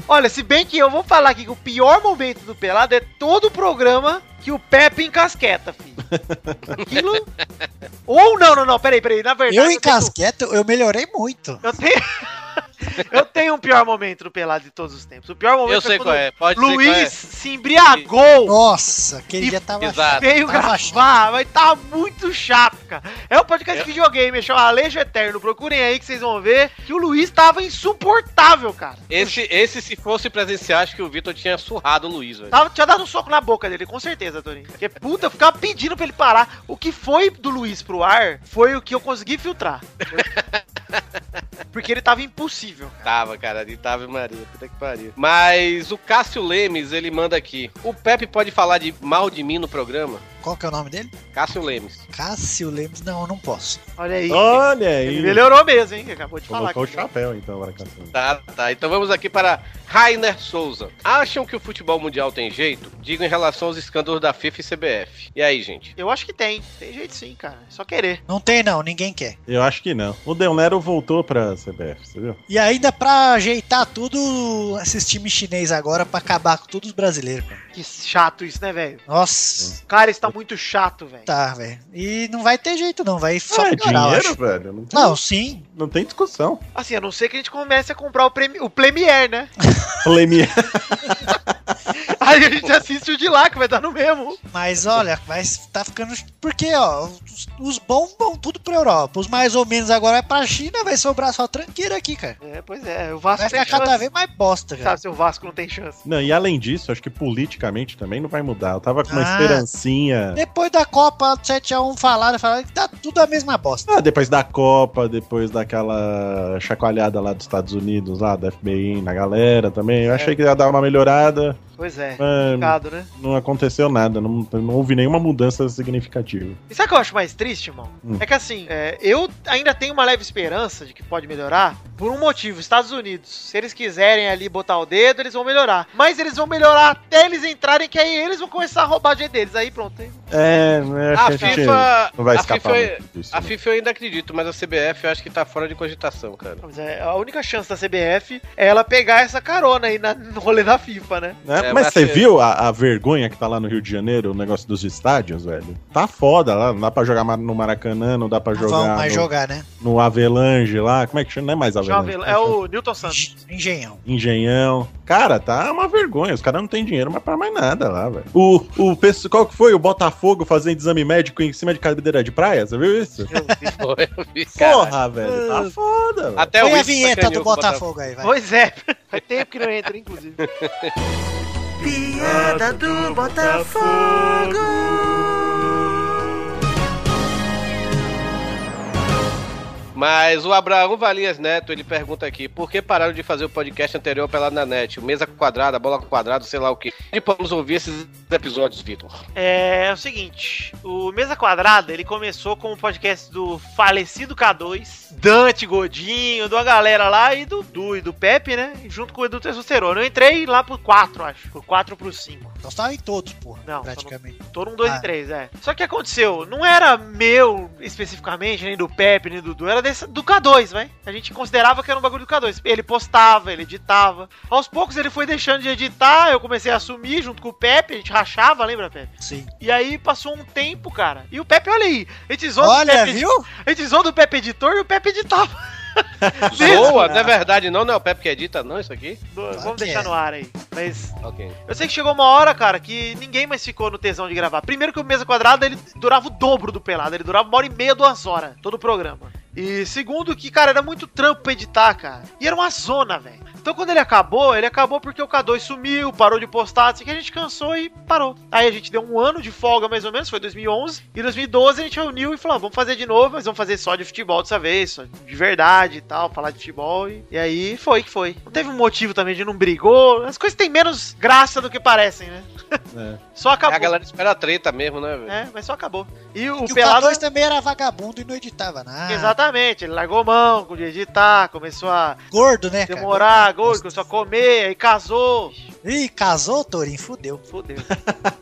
[SPEAKER 6] Olha, se bem que eu vou falar aqui que o pior momento do Pelado é todo o programa que o Pepe encasqueta, filho. Aquilo. Ou não, não, não, peraí, peraí. Na verdade.
[SPEAKER 3] Eu em
[SPEAKER 6] tenho-
[SPEAKER 3] casqueta, eu melhorei muito.
[SPEAKER 6] Eu tenho. eu tenho um pior momento do Pelado de todos os tempos. O pior momento
[SPEAKER 5] Eu sei
[SPEAKER 6] foi
[SPEAKER 5] qual é, pode
[SPEAKER 6] quando
[SPEAKER 5] ser
[SPEAKER 6] Luiz
[SPEAKER 5] qual é.
[SPEAKER 6] se embriagou.
[SPEAKER 3] Nossa, aquele
[SPEAKER 6] E-
[SPEAKER 3] dia tava.
[SPEAKER 5] Exato.
[SPEAKER 6] veio
[SPEAKER 3] Tava
[SPEAKER 6] gravar,
[SPEAKER 3] chato.
[SPEAKER 6] mas tá muito chato, cara. É o podcast de videogame, chama Alejo Eterno. Procurem aí que vocês vão ver que o Luiz tava insuportável, cara.
[SPEAKER 5] Esse, esse, se fosse presencial, acho que o Vitor tinha surrado o Luiz, velho.
[SPEAKER 6] Tava, tinha dado um soco na boca dele, com certeza, Torinho. Porque, puta, eu ficava pedindo pra ele parar. O que foi do Luiz pro ar foi o que eu consegui filtrar. Porque ele tava impossível.
[SPEAKER 5] Tava, cara, de Tava Maria, puta que pariu. Mas o Cássio Lemes, ele manda aqui. O Pepe pode falar de mal de mim no programa?
[SPEAKER 3] Qual que é o nome dele?
[SPEAKER 5] Cássio Lemes.
[SPEAKER 3] Cássio Lemos. Não, eu não posso.
[SPEAKER 6] Olha aí.
[SPEAKER 4] Olha
[SPEAKER 6] ele
[SPEAKER 4] aí.
[SPEAKER 6] melhorou mesmo, hein? Acabou de falar.
[SPEAKER 4] Colocou o
[SPEAKER 6] aqui.
[SPEAKER 4] chapéu, então, agora, Cassiano.
[SPEAKER 5] Tá, tá. Então vamos aqui para Rainer Souza. Acham que o futebol mundial tem jeito? Digo em relação aos escândalos da FIFA e CBF. E aí, gente?
[SPEAKER 6] Eu acho que tem. Tem jeito sim, cara. É só querer.
[SPEAKER 3] Não tem, não, ninguém quer.
[SPEAKER 4] Eu acho que não. O Del Nero voltou pra CBF, você viu?
[SPEAKER 3] E ainda pra ajeitar tudo, esses times chinês agora, pra acabar com todos os brasileiros, cara.
[SPEAKER 6] Que chato isso, né, velho?
[SPEAKER 3] Nossa,
[SPEAKER 6] Cara, isso tá muito chato, velho.
[SPEAKER 3] tá, velho. E não vai ter jeito, não, vai só
[SPEAKER 4] ah, é
[SPEAKER 3] piorar, eu
[SPEAKER 4] dinheiro,
[SPEAKER 3] acho.
[SPEAKER 4] velho. Não tem,
[SPEAKER 3] Não, sim.
[SPEAKER 4] não tem discussão.
[SPEAKER 6] Assim, a não ser que a gente comece a comprar o, premi o Premier, né?
[SPEAKER 4] Premier.
[SPEAKER 6] Aí a gente assiste o de lá, que vai dar no mesmo.
[SPEAKER 3] Mas olha, mas tá ficando. Porque, ó, os, os bons vão tudo pra Europa. Os mais ou menos agora é pra China, vai sobrar só tranqueira aqui, cara.
[SPEAKER 6] É, pois é. O Vasco
[SPEAKER 3] Vai
[SPEAKER 6] tem
[SPEAKER 3] ficar cada
[SPEAKER 6] chance.
[SPEAKER 3] vez mais bosta, cara.
[SPEAKER 6] Sabe, se o Vasco não tem chance.
[SPEAKER 4] Não, e além disso, acho que politicamente também não vai mudar. Eu tava com uma
[SPEAKER 3] Ah.
[SPEAKER 4] esperancinha.
[SPEAKER 3] Depois da Copa 7x1 falaram, falaram que tá tudo a mesma bosta.
[SPEAKER 4] Ah, depois da Copa, depois daquela chacoalhada lá dos Estados Unidos, lá da FBI, na galera também. Eu
[SPEAKER 5] É.
[SPEAKER 4] achei que ia dar uma melhorada,
[SPEAKER 6] Pois é.
[SPEAKER 5] Tá.
[SPEAKER 4] mas
[SPEAKER 6] Complicado, né?
[SPEAKER 4] não aconteceu nada. Não, não houve nenhuma mudança significativa.
[SPEAKER 6] E sabe o que eu acho mais triste, irmão?
[SPEAKER 4] Hum.
[SPEAKER 6] É que assim, é, eu ainda tenho uma leve esperança de que pode melhorar por um motivo. Estados Unidos, se eles quiserem ali botar o dedo, eles vão melhorar. Mas eles vão melhorar até eles entrarem, que aí eles vão começar a roubar a G deles. Aí pronto. Aí...
[SPEAKER 4] É, né, acho
[SPEAKER 5] A
[SPEAKER 4] que a gente
[SPEAKER 5] FIFA.
[SPEAKER 4] não vai
[SPEAKER 5] a
[SPEAKER 4] escapar
[SPEAKER 5] FIFA, é-
[SPEAKER 4] muito disso.
[SPEAKER 5] a
[SPEAKER 4] né?
[SPEAKER 5] FIFA eu ainda acredito, mas a CBF eu acho que tá fora de cogitação, cara.
[SPEAKER 6] Mas é, a única chance da CBF é ela pegar essa carona aí na, no rolê da FIFA, né?
[SPEAKER 4] Né?
[SPEAKER 5] É,
[SPEAKER 4] Mas
[SPEAKER 5] vai
[SPEAKER 4] você
[SPEAKER 5] ser-
[SPEAKER 4] viu a, a vergonha que tá lá no Rio de Janeiro, o negócio dos estádios, velho? Tá foda lá, não dá pra jogar ma- no Maracanã, não dá pra
[SPEAKER 3] Não vão
[SPEAKER 4] jogar,
[SPEAKER 3] mais
[SPEAKER 4] no,
[SPEAKER 3] jogar, né?
[SPEAKER 4] no Avelange lá, como é que chama? Não é mais Avelange.
[SPEAKER 6] Jovem- é o Newton Santos.
[SPEAKER 3] Engenhão.
[SPEAKER 4] Engenhão. Cara, tá uma vergonha, os caras não têm dinheiro mais pra mais nada lá, velho. O, o pessoal, qual que foi? O Botafogo fazendo exame médico em cima de cadeira de praia, você viu isso?
[SPEAKER 5] Caralho.
[SPEAKER 4] Porra, velho, tá foda, velho.
[SPEAKER 5] Até
[SPEAKER 3] Põe a
[SPEAKER 5] Wilson
[SPEAKER 3] vinheta
[SPEAKER 5] sacaneou
[SPEAKER 3] do
[SPEAKER 5] com o
[SPEAKER 3] Botafogo aí, vai.
[SPEAKER 6] Pois é. Faz tempo que não entra, inclusive.
[SPEAKER 8] Piada do Botafogo.
[SPEAKER 5] Mas o Abraão Valias Neto, ele pergunta aqui, por que pararam de fazer o podcast anterior pela na net? O Mesa Quadrada, Bola Quadrada, sei lá o que. E vamos ouvir esses episódios, Vitor.
[SPEAKER 6] É, o seguinte, o Mesa Quadrada, ele começou com o podcast do falecido K2, Dante Godinho, de uma galera lá, e do Du e do Pepe, né? Junto com o Edu Testosterona. Eu entrei lá pro 4, acho. Pro 4 pro 5.
[SPEAKER 3] nós tava Então tá em todos, porra.
[SPEAKER 6] Não,
[SPEAKER 3] praticamente.
[SPEAKER 6] Todo um 2
[SPEAKER 3] Ah.
[SPEAKER 6] e 3, é. Só que aconteceu, não era meu especificamente, nem do Pepe, nem do Dudu, era desse, do K2, vai. A gente considerava que era um bagulho do K2. Ele postava, ele editava. Aos poucos ele foi deixando de editar, eu comecei a assumir junto com o Pepe, a gente rachava, lembra, Pepe?
[SPEAKER 3] Sim.
[SPEAKER 6] E aí passou um tempo, cara. E o Pepe, olha aí, a gente zoou do
[SPEAKER 3] Olha,
[SPEAKER 6] Pepe,
[SPEAKER 3] viu?
[SPEAKER 6] A gente zoou do Pepe editor e o Pepe editava.
[SPEAKER 5] Zoa, não é verdade não, não é o Pepe que edita não isso aqui?
[SPEAKER 6] Vamos
[SPEAKER 3] que
[SPEAKER 6] deixar
[SPEAKER 3] é.
[SPEAKER 6] no ar aí. Mas
[SPEAKER 5] Ok.
[SPEAKER 6] Eu sei que chegou uma hora, cara, que ninguém mais ficou no tesão de gravar. Primeiro que o Mesa Quadrada, ele durava o dobro do Pelado. Ele durava uma hora e meia, duas horas, todo o programa. E segundo que, cara, era muito trampo pra editar, cara. E era uma zona, velho. Então quando ele acabou, ele acabou porque o K2 sumiu, parou de postar, assim que a gente cansou e parou. Aí a gente deu um ano de folga, mais ou menos, foi 2011. E em 2012 a gente reuniu e falou, "Ah, vamos fazer de novo, mas vamos fazer só de futebol dessa vez, só de verdade e tal, falar de futebol. E, e aí foi que foi. Não teve um motivo também de não brigou, as coisas têm menos graça do que parecem, né?
[SPEAKER 4] É.
[SPEAKER 6] Só
[SPEAKER 5] É, a
[SPEAKER 6] acabou.
[SPEAKER 5] galera espera a treta mesmo, né, velho?
[SPEAKER 6] É, mas só acabou. E o
[SPEAKER 3] Que o
[SPEAKER 6] Pelado...
[SPEAKER 3] K2 também era vagabundo e não editava nada.
[SPEAKER 6] Exatamente, ele largou mão de editar, começou a
[SPEAKER 3] Gordo, né, cara?
[SPEAKER 6] demorar, gordo, começou a comer, aí casou.
[SPEAKER 3] Ih, casou, Torinho, fudeu.
[SPEAKER 6] Fodeu.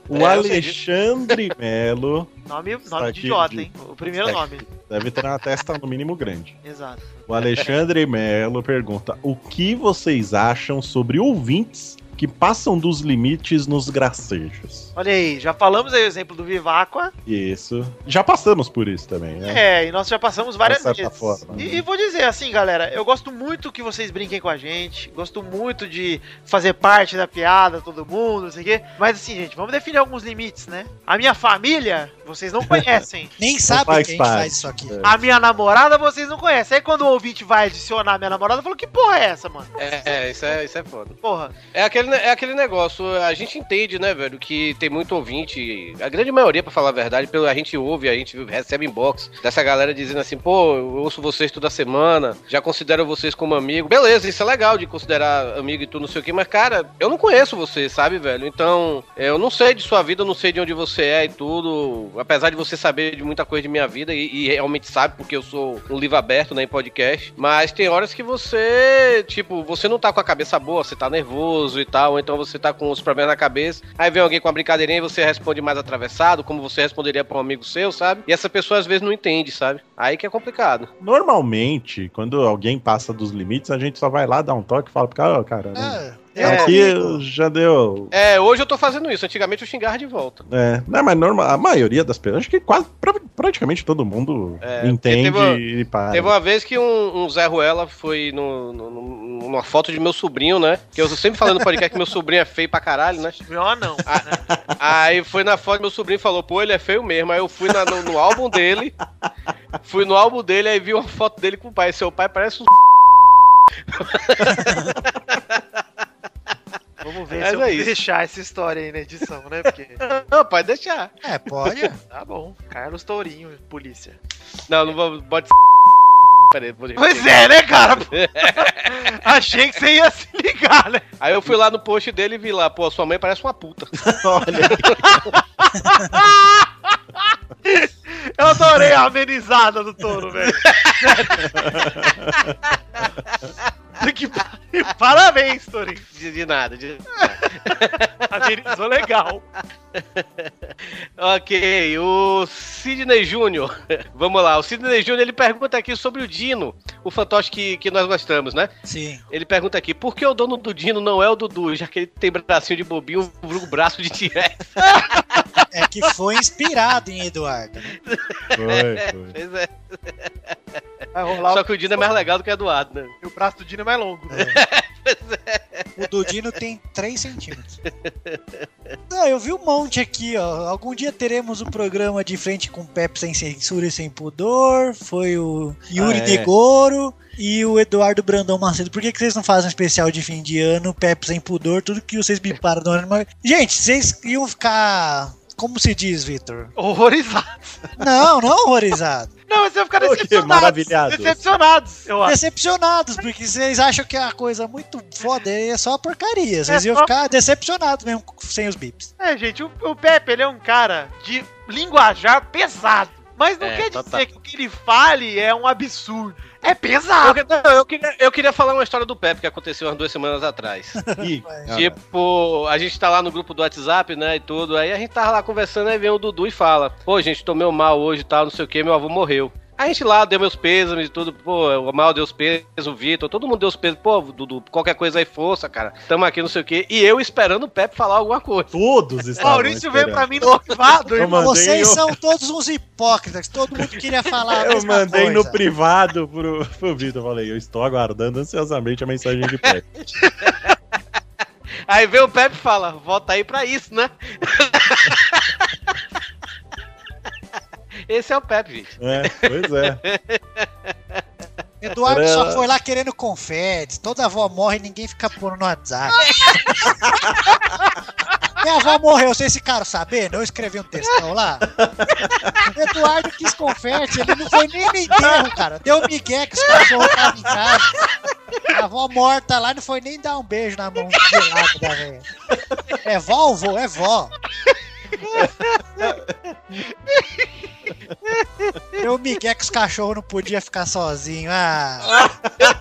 [SPEAKER 4] O
[SPEAKER 5] É, eu sei
[SPEAKER 4] Alexandre Melo
[SPEAKER 6] Nome,
[SPEAKER 4] Está
[SPEAKER 6] nome de
[SPEAKER 4] Tá aqui, Tá
[SPEAKER 6] idiota,
[SPEAKER 4] Gil.
[SPEAKER 6] hein? O primeiro
[SPEAKER 4] Está
[SPEAKER 6] nome.
[SPEAKER 4] deve ter uma testa no mínimo grande.
[SPEAKER 6] Exato.
[SPEAKER 4] O Alexandre Melo pergunta: O que vocês acham sobre ouvintes que passam dos limites nos gracejos?
[SPEAKER 6] Olha aí, já falamos aí o exemplo do Viváqua.
[SPEAKER 4] Isso. Já passamos por isso também, né?
[SPEAKER 6] É, e nós já passamos várias
[SPEAKER 4] Essa
[SPEAKER 6] vezes.
[SPEAKER 4] plataforma, né?
[SPEAKER 6] E, e vou dizer assim, galera, eu gosto muito que vocês brinquem com a gente, gosto muito de fazer parte da piada, todo mundo, não sei o quê. Mas assim, gente, vamos definir alguns limites, né? A minha família, vocês não conhecem.
[SPEAKER 3] Nem sabe
[SPEAKER 4] faz
[SPEAKER 3] quem
[SPEAKER 4] parte.
[SPEAKER 3] faz isso aqui.
[SPEAKER 4] É.
[SPEAKER 6] A minha namorada, vocês não conhecem. Aí quando o ouvinte vai adicionar a minha namorada, falou, que porra é essa, mano?
[SPEAKER 5] É, é, isso é, isso é foda.
[SPEAKER 6] Porra.
[SPEAKER 5] É aquele, ne- é aquele negócio, a gente entende, né, velho, que tem muito ouvinte, a grande maioria, pra falar a verdade, pelo a gente ouve, a gente recebe inbox dessa galera dizendo assim, pô, eu ouço vocês toda semana, já considero vocês como amigo. Beleza, isso é legal de considerar amigo e tudo, não sei o quê, mas, cara, eu não conheço você, sabe, velho? Então, é, eu não sei de sua vida, eu não sei de onde você é e tudo, apesar de você saber de muita coisa de minha vida e, e realmente sabe, porque eu sou um livro aberto, né, em podcast, mas tem horas que você, tipo, você não tá com a cabeça boa, você tá nervoso e tal, ou então você tá com os problemas na cabeça, aí vem alguém com uma brincadeirinha e você responde mais atravessado, como você responderia pra um amigo seu, sabe? E essa pessoa às vezes não entende, sabe? Aí que é complicado.
[SPEAKER 4] Normalmente, quando alguém passa dos limites, a gente só vai lá, dá um toque e fala pro cara, ó, cara, né?
[SPEAKER 3] Ah,
[SPEAKER 6] É,
[SPEAKER 3] um
[SPEAKER 4] aqui
[SPEAKER 3] amigo.
[SPEAKER 4] já deu.
[SPEAKER 5] É, hoje eu tô fazendo isso, antigamente eu xingava de volta.
[SPEAKER 4] É, né, mas normal, a maioria das pessoas, acho que quase pra- praticamente todo mundo
[SPEAKER 5] É,
[SPEAKER 4] entende
[SPEAKER 5] porque teve
[SPEAKER 4] e para.
[SPEAKER 5] Teve uma vez que um, um Zé Ruela foi no, no- no- numa foto de meu sobrinho, né? Que eu sempre falando no podcast que meu sobrinho é feio pra caralho, né?
[SPEAKER 6] Melhor não.
[SPEAKER 5] Aí foi na foto, meu sobrinho falou, pô, ele é feio mesmo. Aí eu fui na- no, no álbum dele, fui no álbum dele, aí vi uma foto dele com o pai. Seu pai parece um.
[SPEAKER 6] Vamos ver
[SPEAKER 5] Mas
[SPEAKER 6] se eu
[SPEAKER 5] é isso.
[SPEAKER 6] deixar essa história aí na edição, né? Porque.
[SPEAKER 5] Não, pode deixar.
[SPEAKER 3] É, pode.
[SPEAKER 6] Tá bom. Carlos Tourinho, polícia.
[SPEAKER 5] Não, não vou. Pode. Peraí, vou
[SPEAKER 6] Pois é, né, cara? Achei que você ia se ligar, né?
[SPEAKER 5] Aí eu fui lá no post dele e vi lá, pô, sua mãe parece uma puta.
[SPEAKER 4] Olha,
[SPEAKER 6] Eu adorei a amenizada do touro, velho. que pa- Parabéns, Tourinho.
[SPEAKER 5] De, de nada. de-
[SPEAKER 6] Amenizou legal.
[SPEAKER 5] Ok, o Sidney Júnior. Vamos lá, o Sidney Júnior ele pergunta aqui sobre o Dino, o fantoche que, que nós gostamos, né?
[SPEAKER 3] Sim.
[SPEAKER 5] Ele pergunta aqui, por que o dono do Dino não é o Dudu, já que ele tem bracinho de bobinho, um braço de tiré?
[SPEAKER 3] É que foi inspirado em Eduardo. né?
[SPEAKER 4] foi, foi.
[SPEAKER 5] Pois é.
[SPEAKER 6] Vai rolar
[SPEAKER 5] Só que o Dino é mais legal do que o Eduardo, né?
[SPEAKER 6] o braço do Dino é mais longo.
[SPEAKER 3] O Dudino tem 3 centímetros. Não, eu vi um monte aqui, ó. Algum dia teremos um programa de frente com Pepe sem censura e sem pudor. Foi o Yuri
[SPEAKER 4] Ah, é.
[SPEAKER 3] De Goro e o Eduardo Brandão Macedo. Por que, que vocês não fazem um especial de fim de ano, Pepe sem pudor, tudo que vocês me param do ano? mas- Gente, vocês iam ficar. Como se diz, Vitor?
[SPEAKER 6] Horrorizado.
[SPEAKER 3] Não, não horrorizado.
[SPEAKER 6] Não, mas você vai ficar
[SPEAKER 4] quê?
[SPEAKER 6] decepcionado.
[SPEAKER 4] Maravilhados.
[SPEAKER 6] Decepcionados, eu acho.
[SPEAKER 3] decepcionados, porque vocês acham que é uma coisa muito foda e é só porcaria. Vocês
[SPEAKER 6] É
[SPEAKER 3] iam
[SPEAKER 6] só-
[SPEAKER 3] ficar decepcionados mesmo sem os bips.
[SPEAKER 6] É, gente, o, o Pepe, ele é um cara de linguajar pesado. Mas não
[SPEAKER 5] É,
[SPEAKER 6] quer
[SPEAKER 5] total.
[SPEAKER 6] dizer que o que ele fale é um absurdo. É
[SPEAKER 5] Eu,
[SPEAKER 6] pesado.
[SPEAKER 5] que- Ah, não, eu queria, eu queria falar uma história do Pepe que aconteceu umas duas semanas atrás.
[SPEAKER 4] Ih, cara.
[SPEAKER 5] Tipo, a gente tá lá no grupo do WhatsApp, né, e tudo. Aí a gente tava lá conversando, aí vem o Dudu e fala: Pô, gente, tô meio mal hoje e tal, não sei o que, meu avô morreu. A gente lá deu meus pêsames e tudo, pô, o Mal deu os pesos, o Vitor, todo mundo deu os pesos, pô, Dudu, qualquer coisa aí, força, cara, tamo aqui, não sei o quê. E eu esperando o Pepe falar alguma coisa.
[SPEAKER 4] Todos
[SPEAKER 6] O
[SPEAKER 4] estavam.
[SPEAKER 6] Maurício veio
[SPEAKER 4] esperando.
[SPEAKER 6] pra mim no privado.
[SPEAKER 4] Eu mandei,
[SPEAKER 3] Vocês
[SPEAKER 4] eu-
[SPEAKER 3] são todos uns hipócritas. Todo mundo queria falar. a
[SPEAKER 4] Eu
[SPEAKER 3] mesma
[SPEAKER 4] mandei no
[SPEAKER 3] coisa.
[SPEAKER 4] privado pro, pro Vitor. Falei, eu estou aguardando ansiosamente a mensagem de Pepe.
[SPEAKER 5] Aí vem o Pepe e fala: Volta aí pra isso, né? Esse é o Pepe, gente.
[SPEAKER 4] É, pois é.
[SPEAKER 3] Eduardo só
[SPEAKER 4] Era-
[SPEAKER 3] foi lá querendo confete. Toda avó morre e ninguém fica pondo no WhatsApp. Minha avó morreu, vocês ficaram sabendo? Eu escrevi um textão lá. Eduardo quis confete, ele não foi nem no enterro, cara. Deu um migué que os cachorros estavam em casa. A avó morta lá não foi nem dar um beijo na mão de lado da velha. É vó ou vô? É vó. Deu migué que os cachorros não podiam ficar sozinhos. Ah.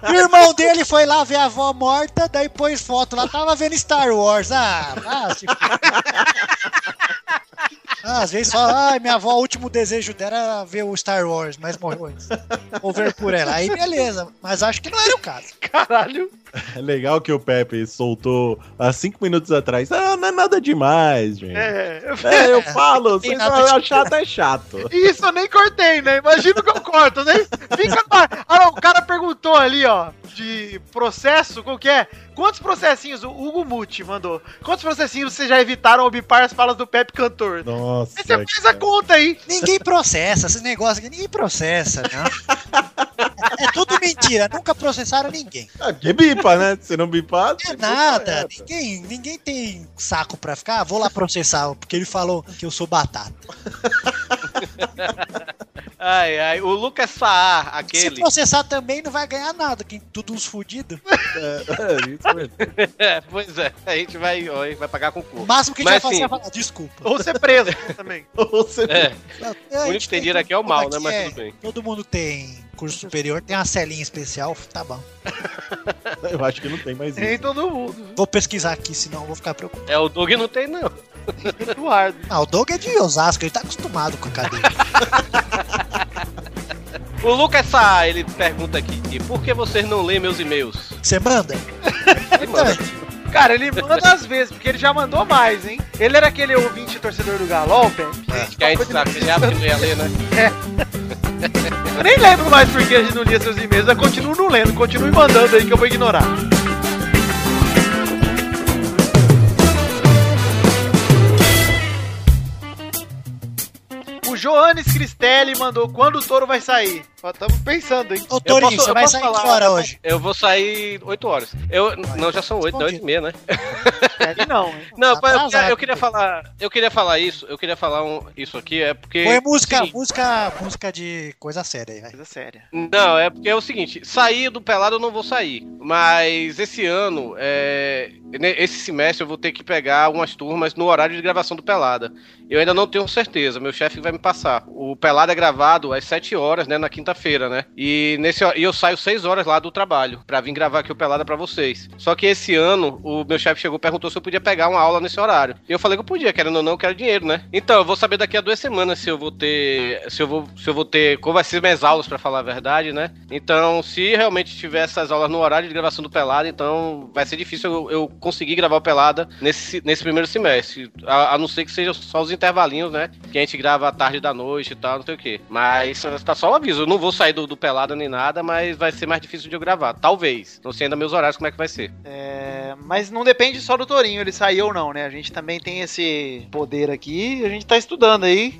[SPEAKER 3] O irmão dele foi lá ver a avó morta, daí pôs foto lá, tava vendo Star Wars. Ah, ah, se f- Ah, às vezes fala, ai, minha avó, o último desejo dela era ver o Star Wars, mas morreu antes. Ou ver por ela. Aí beleza, mas acho que não era o caso.
[SPEAKER 6] Caralho.
[SPEAKER 4] É legal que o Pepe soltou há cinco minutos atrás. Ah, não é nada demais, gente. É,
[SPEAKER 6] É, eu-
[SPEAKER 4] eu falo,
[SPEAKER 3] Tem
[SPEAKER 4] vocês
[SPEAKER 3] nada
[SPEAKER 4] falam,
[SPEAKER 3] de-
[SPEAKER 4] chato é chato.
[SPEAKER 6] E Isso eu nem cortei, né? Imagina o que eu corto, né? Fica lá. Olha, o cara perguntou ali, ó, de processo, qual que é? Quantos processinhos, o Hugo Muti mandou, quantos processinhos vocês já evitaram ao bipar as falas do Pepe Cantor?
[SPEAKER 4] Nossa.
[SPEAKER 6] Aí Você faz a
[SPEAKER 4] cara.
[SPEAKER 6] conta aí.
[SPEAKER 3] Ninguém processa esses negócios aqui, ninguém processa, não. É tudo mentira, nunca processaram ninguém.
[SPEAKER 4] Ah, porque bipa, né? Se não bipar.
[SPEAKER 3] É
[SPEAKER 4] você
[SPEAKER 3] nada,
[SPEAKER 4] bipa,
[SPEAKER 3] ninguém, ninguém tem saco pra ficar, ah, vou lá processar, porque ele falou que eu sou batata.
[SPEAKER 5] Ai, ai, o Lucas Saar,
[SPEAKER 3] Se
[SPEAKER 5] aquele.
[SPEAKER 3] processar também não vai ganhar nada, que tudo uns fudidos.
[SPEAKER 4] é, é, isso mesmo.
[SPEAKER 5] É, pois é, a gente vai, ó, vai pagar
[SPEAKER 3] O
[SPEAKER 5] concurso.
[SPEAKER 3] máximo que a gente
[SPEAKER 5] Mas,
[SPEAKER 3] vai fazer é
[SPEAKER 5] assim,
[SPEAKER 3] falar, desculpa.
[SPEAKER 6] Ou ser preso também.
[SPEAKER 4] Você-
[SPEAKER 5] É,
[SPEAKER 3] É, a gente
[SPEAKER 5] o único que tem
[SPEAKER 3] que-
[SPEAKER 5] dinheiro aqui é o mal, né?
[SPEAKER 3] aqui
[SPEAKER 5] Mas
[SPEAKER 3] é-
[SPEAKER 5] tudo bem.
[SPEAKER 3] Todo mundo tem curso superior, tem uma celinha especial, tá bom.
[SPEAKER 4] Eu acho que não tem mais
[SPEAKER 3] É.
[SPEAKER 6] Tem
[SPEAKER 4] isso.
[SPEAKER 6] todo mundo.
[SPEAKER 3] Vou pesquisar aqui, senão eu vou ficar preocupado.
[SPEAKER 5] É, o Doug não tem, não.
[SPEAKER 6] Eduardo.
[SPEAKER 3] Ah, o Doug é de Osasco, ele tá acostumado com a cadeia.
[SPEAKER 5] O Lucas Saar, ele pergunta aqui: e por que vocês não lêem meus e-mails?
[SPEAKER 3] Você manda?
[SPEAKER 5] Ele manda.
[SPEAKER 6] Cara, ele manda às vezes, porque ele já mandou mais, hein? Ele era aquele ouvinte torcedor do Galol, Pepe.
[SPEAKER 5] Que a gente sabe que já que não ia ler, né?
[SPEAKER 6] Eu nem lembro mais porque a gente não lia seus e-mails, mas continuo não lendo, continue mandando aí que eu vou ignorar. O Joanes Cristelli mandou quando o touro vai sair. Ó, tamo pensando, hein?
[SPEAKER 3] Ô, Torinho,
[SPEAKER 5] posso-
[SPEAKER 3] você
[SPEAKER 5] eu
[SPEAKER 3] vai
[SPEAKER 5] posso
[SPEAKER 3] sair
[SPEAKER 5] falar-
[SPEAKER 3] que hora hoje?
[SPEAKER 5] Eu vou sair 8 horas. Eu, não, já são 8, 8 e meia, né?
[SPEAKER 6] Peraí, não, hein?
[SPEAKER 5] Não,
[SPEAKER 3] Tá
[SPEAKER 5] eu- eu,
[SPEAKER 3] atrasado.
[SPEAKER 5] queria falar. Eu queria falar isso, eu queria falar um- isso aqui, é porque.
[SPEAKER 3] Põe música,
[SPEAKER 5] Sim.
[SPEAKER 3] música, música de coisa séria aí, vai.
[SPEAKER 6] Coisa séria.
[SPEAKER 5] Não, é porque é o seguinte, sair do pelado eu não vou sair. Mas esse ano, é, ne- esse semestre eu vou ter que pegar umas turmas no horário de gravação do Pelada. Eu ainda não tenho certeza, meu chefe vai me passar. O Pelada é gravado às 7 horas, né, na quinta-feira, né? E nesse hor- e eu saio 6 horas lá do trabalho pra vir gravar aqui o Pelada pra vocês. Só que esse ano o meu chefe chegou e perguntou se eu podia pegar uma aula nesse horário. E eu falei que eu podia, querendo ou não, eu quero dinheiro, né? Então, eu vou saber daqui a duas semanas se eu vou ter se eu vou se eu vou ter como vai ser minhas aulas pra falar a verdade, né? Então, se realmente tiver essas aulas no horário de gravação do Pelada, então vai ser difícil eu, eu conseguir gravar o Pelada nesse, nesse primeiro semestre. A, a não ser que sejam só os intervalinhos, né? Que a gente grava à tarde da noite e tal, não sei o quê. Mas tá só o aviso. Eu não vou sair do, do Pelada nem nada, mas vai ser mais difícil de eu gravar. Talvez. Não sei ainda meus horários como é que vai ser.
[SPEAKER 6] É, mas não depende só do tourinho, ele sair ou não, né? A gente também tem esse poder aqui e a gente tá estudando aí.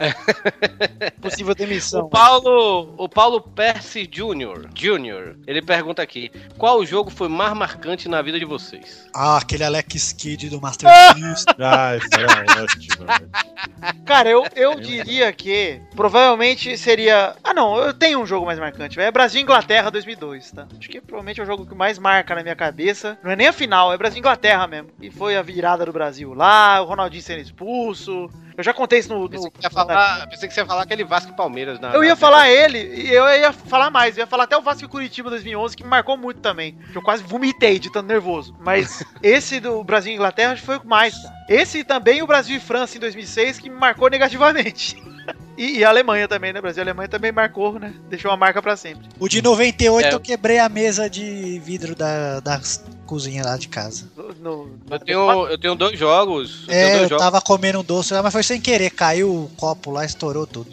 [SPEAKER 5] É
[SPEAKER 6] Possível demissão.
[SPEAKER 5] O Paulo, o Paulo Percy Jr. Jr. Ele pergunta aqui: qual jogo foi mais marcante na vida de vocês?
[SPEAKER 3] Ah, aquele Alex Kidd do Master Chief.
[SPEAKER 4] Ah, isso era ótimo. velho.
[SPEAKER 6] Cara, eu,
[SPEAKER 5] É
[SPEAKER 6] eu diria que provavelmente seria. Ah, não, eu tenho um jogo mais marcante, velho. É Brasil e Inglaterra 2002, tá? Acho que provavelmente é o jogo que mais marca na minha cabeça. Não é nem a final, é Brasil e Inglaterra mesmo. E foi a virada do Brasil lá, o Ronaldinho sendo expulso. Eu já contei isso no. no-
[SPEAKER 5] Pensei que, ia falar, pensei que você ia falar aquele Vasco e Palmeiras. Na,
[SPEAKER 6] Eu
[SPEAKER 5] na-
[SPEAKER 6] ia falar ele, e eu ia falar mais. Eu ia falar até o Vasco e Curitiba 2011, que me marcou muito também. Que eu quase vomitei de tanto nervoso. Mas esse do Brasil e Inglaterra acho que foi o que mais. cara. Esse também, o Brasil e França em 2006, que me marcou negativamente. E, e a Alemanha também, né? Brasil e Alemanha também marcou, né? Deixou uma marca pra sempre.
[SPEAKER 3] O de 98
[SPEAKER 5] É.
[SPEAKER 3] eu quebrei a mesa de vidro da, da cozinha lá de casa.
[SPEAKER 6] No- no-
[SPEAKER 5] Eu tenho, eu tenho dois jogos. Eu tenho
[SPEAKER 3] É,
[SPEAKER 5] dois
[SPEAKER 3] eu
[SPEAKER 5] jogos.
[SPEAKER 3] tava comendo um doce lá, mas foi sem querer. Caiu o copo lá, estourou tudo.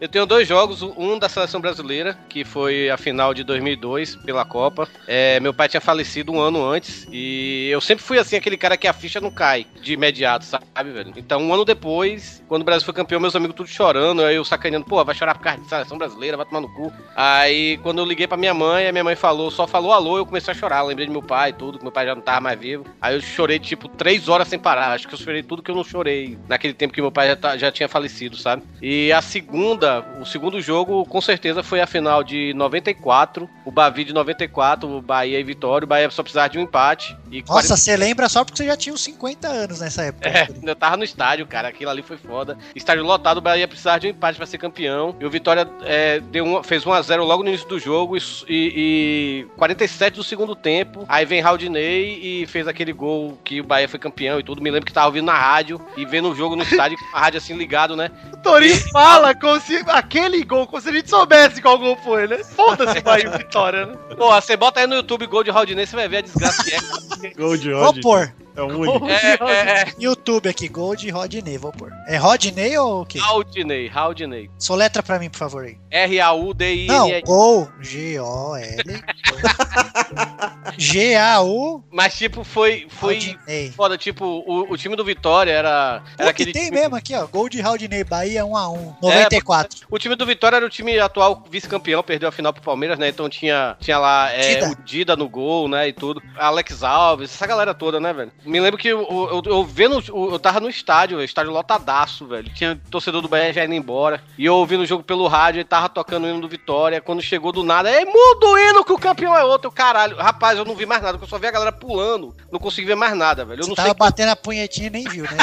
[SPEAKER 5] Eu tenho dois jogos, um da seleção brasileira, que foi a final de 2002 pela Copa. É, meu pai tinha falecido um ano antes e eu sempre fui assim, aquele cara que a ficha não cai de imediato, sabe, velho? Então, um ano depois, quando o Brasil foi campeão, meus amigos tudo chorando, aí eu sacaneando, pô, vai chorar por causa de seleção brasileira, vai tomar no cu. Aí, quando eu liguei pra minha mãe, a minha mãe falou, só falou alô, eu comecei a chorar, eu lembrei de meu pai e tudo, que meu pai já não tava mais vivo. Aí eu chorei, tipo, três horas sem parar, acho que eu chorei tudo que eu não chorei naquele tempo que meu pai já, tá- já tinha falecido, sabe? E a segunda, o segundo jogo, com certeza, foi a final de 94, o Bavi de 94, o Bahia e Vitória, o Bahia só precisava de um empate. E
[SPEAKER 3] Nossa, você lembra só porque você já tinha uns 50 anos nessa época.
[SPEAKER 5] é, eu tava no estádio, cara. Aquilo ali foi foda. Estádio lotado, o Bahia precisava de um empate pra ser campeão. E o Vitória é, deu um, fez 1x0 logo no início do jogo e, e- e 47 do segundo tempo. Aí vem Haldinei e fez aquele gol que o Bahia foi campeão e tudo. Me lembro que tava ouvindo na rádio e vendo o jogo no estádio, com a rádio assim ligado, né?
[SPEAKER 6] O Torinho fala como se aquele gol, como se a gente soubesse qual gol foi, né? Foda-se, Bahia e Vitória, né?
[SPEAKER 5] Pô, você bota aí no YouTube gol de Haldinei, você vai ver a desgraça que é.
[SPEAKER 4] Gol de
[SPEAKER 3] Vou
[SPEAKER 4] ódio.
[SPEAKER 3] pôr.
[SPEAKER 4] É o único.
[SPEAKER 5] É, é, é.
[SPEAKER 3] YouTube aqui, Gold Rodney, vou pôr. É Rodney ou o quê?
[SPEAKER 5] Haldinei, Haldinei.
[SPEAKER 3] Soletra pra mim, por favor aí. Não,
[SPEAKER 5] R-A-U-D-I-N-E.
[SPEAKER 3] Gol, G-O-L. G-A-U.
[SPEAKER 5] Mas, tipo, foi. foi...
[SPEAKER 3] Rodney.
[SPEAKER 5] Foda, tipo, o, o time do Vitória era.
[SPEAKER 3] Pô,
[SPEAKER 5] era
[SPEAKER 3] que tem
[SPEAKER 5] time-
[SPEAKER 3] mesmo aqui, ó. Gol de Haldinei, Bahia
[SPEAKER 5] É,
[SPEAKER 3] 1x1, 94.
[SPEAKER 5] O time do Vitória era o time atual vice-campeão, perdeu a final pro Palmeiras, né? Então tinha, tinha lá é,
[SPEAKER 3] Dida.
[SPEAKER 5] o Dida no gol, né? E tudo. Alex Alves, essa galera toda, né, velho? Me lembro que eu, eu, eu vendo. o- Eu tava no estádio, velho. Estádio lotadaço, velho. Tinha torcedor do Bahia já indo embora. E eu ouvindo o jogo pelo rádio, ele tava tocando o hino do Vitória. Quando chegou do nada, é muda o hino que o campeão é outro, caralho. Rapaz, eu não vi mais nada, porque eu só vi a galera pulando. Não consegui ver mais nada, velho. Eu
[SPEAKER 3] Você
[SPEAKER 5] não
[SPEAKER 3] tava
[SPEAKER 5] sei
[SPEAKER 3] batendo a punhetinha e nem viu, né?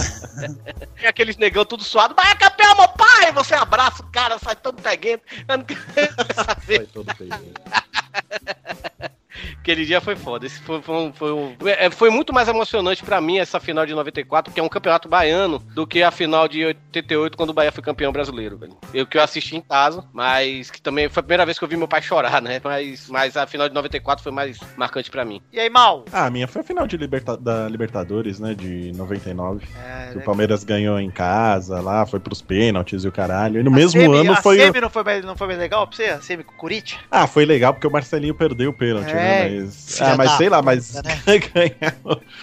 [SPEAKER 5] Tem aqueles negão tudo suado, mas é campeão, meu pai! Você abraça o cara, sai todo peguento. Eu não quero saber.
[SPEAKER 4] Sai todo feio.
[SPEAKER 5] Aquele dia foi foda. Esse foi, foi, um- foi, um- é, foi muito mais emocionante pra mim essa final de 94, que é um campeonato baiano, do que a final de 88, quando o Bahia foi campeão brasileiro, velho. Eu que eu assisti em casa, mas que também foi a primeira vez que eu vi meu pai chorar, né? Mas, mas a final de 94 foi mais marcante pra mim.
[SPEAKER 6] E aí, mal?
[SPEAKER 4] Ah, a minha foi a final de liberta da Libertadores, né? De
[SPEAKER 3] É
[SPEAKER 4] 99. que o Palmeiras ganhou em casa lá, foi pros pênaltis e o caralho. E no mesmo
[SPEAKER 6] Semi-
[SPEAKER 4] ano
[SPEAKER 6] a
[SPEAKER 4] foi.
[SPEAKER 6] Semi não foi, mais, não foi mais legal pra você? A Semi com o Corinthians?
[SPEAKER 4] Ah, foi legal porque o Marcelinho perdeu o pênalti,
[SPEAKER 6] É,
[SPEAKER 4] né? Mas,
[SPEAKER 3] filha
[SPEAKER 4] ah, mas
[SPEAKER 3] da
[SPEAKER 4] sei lá, mas
[SPEAKER 3] puta, né?
[SPEAKER 4] ganhar,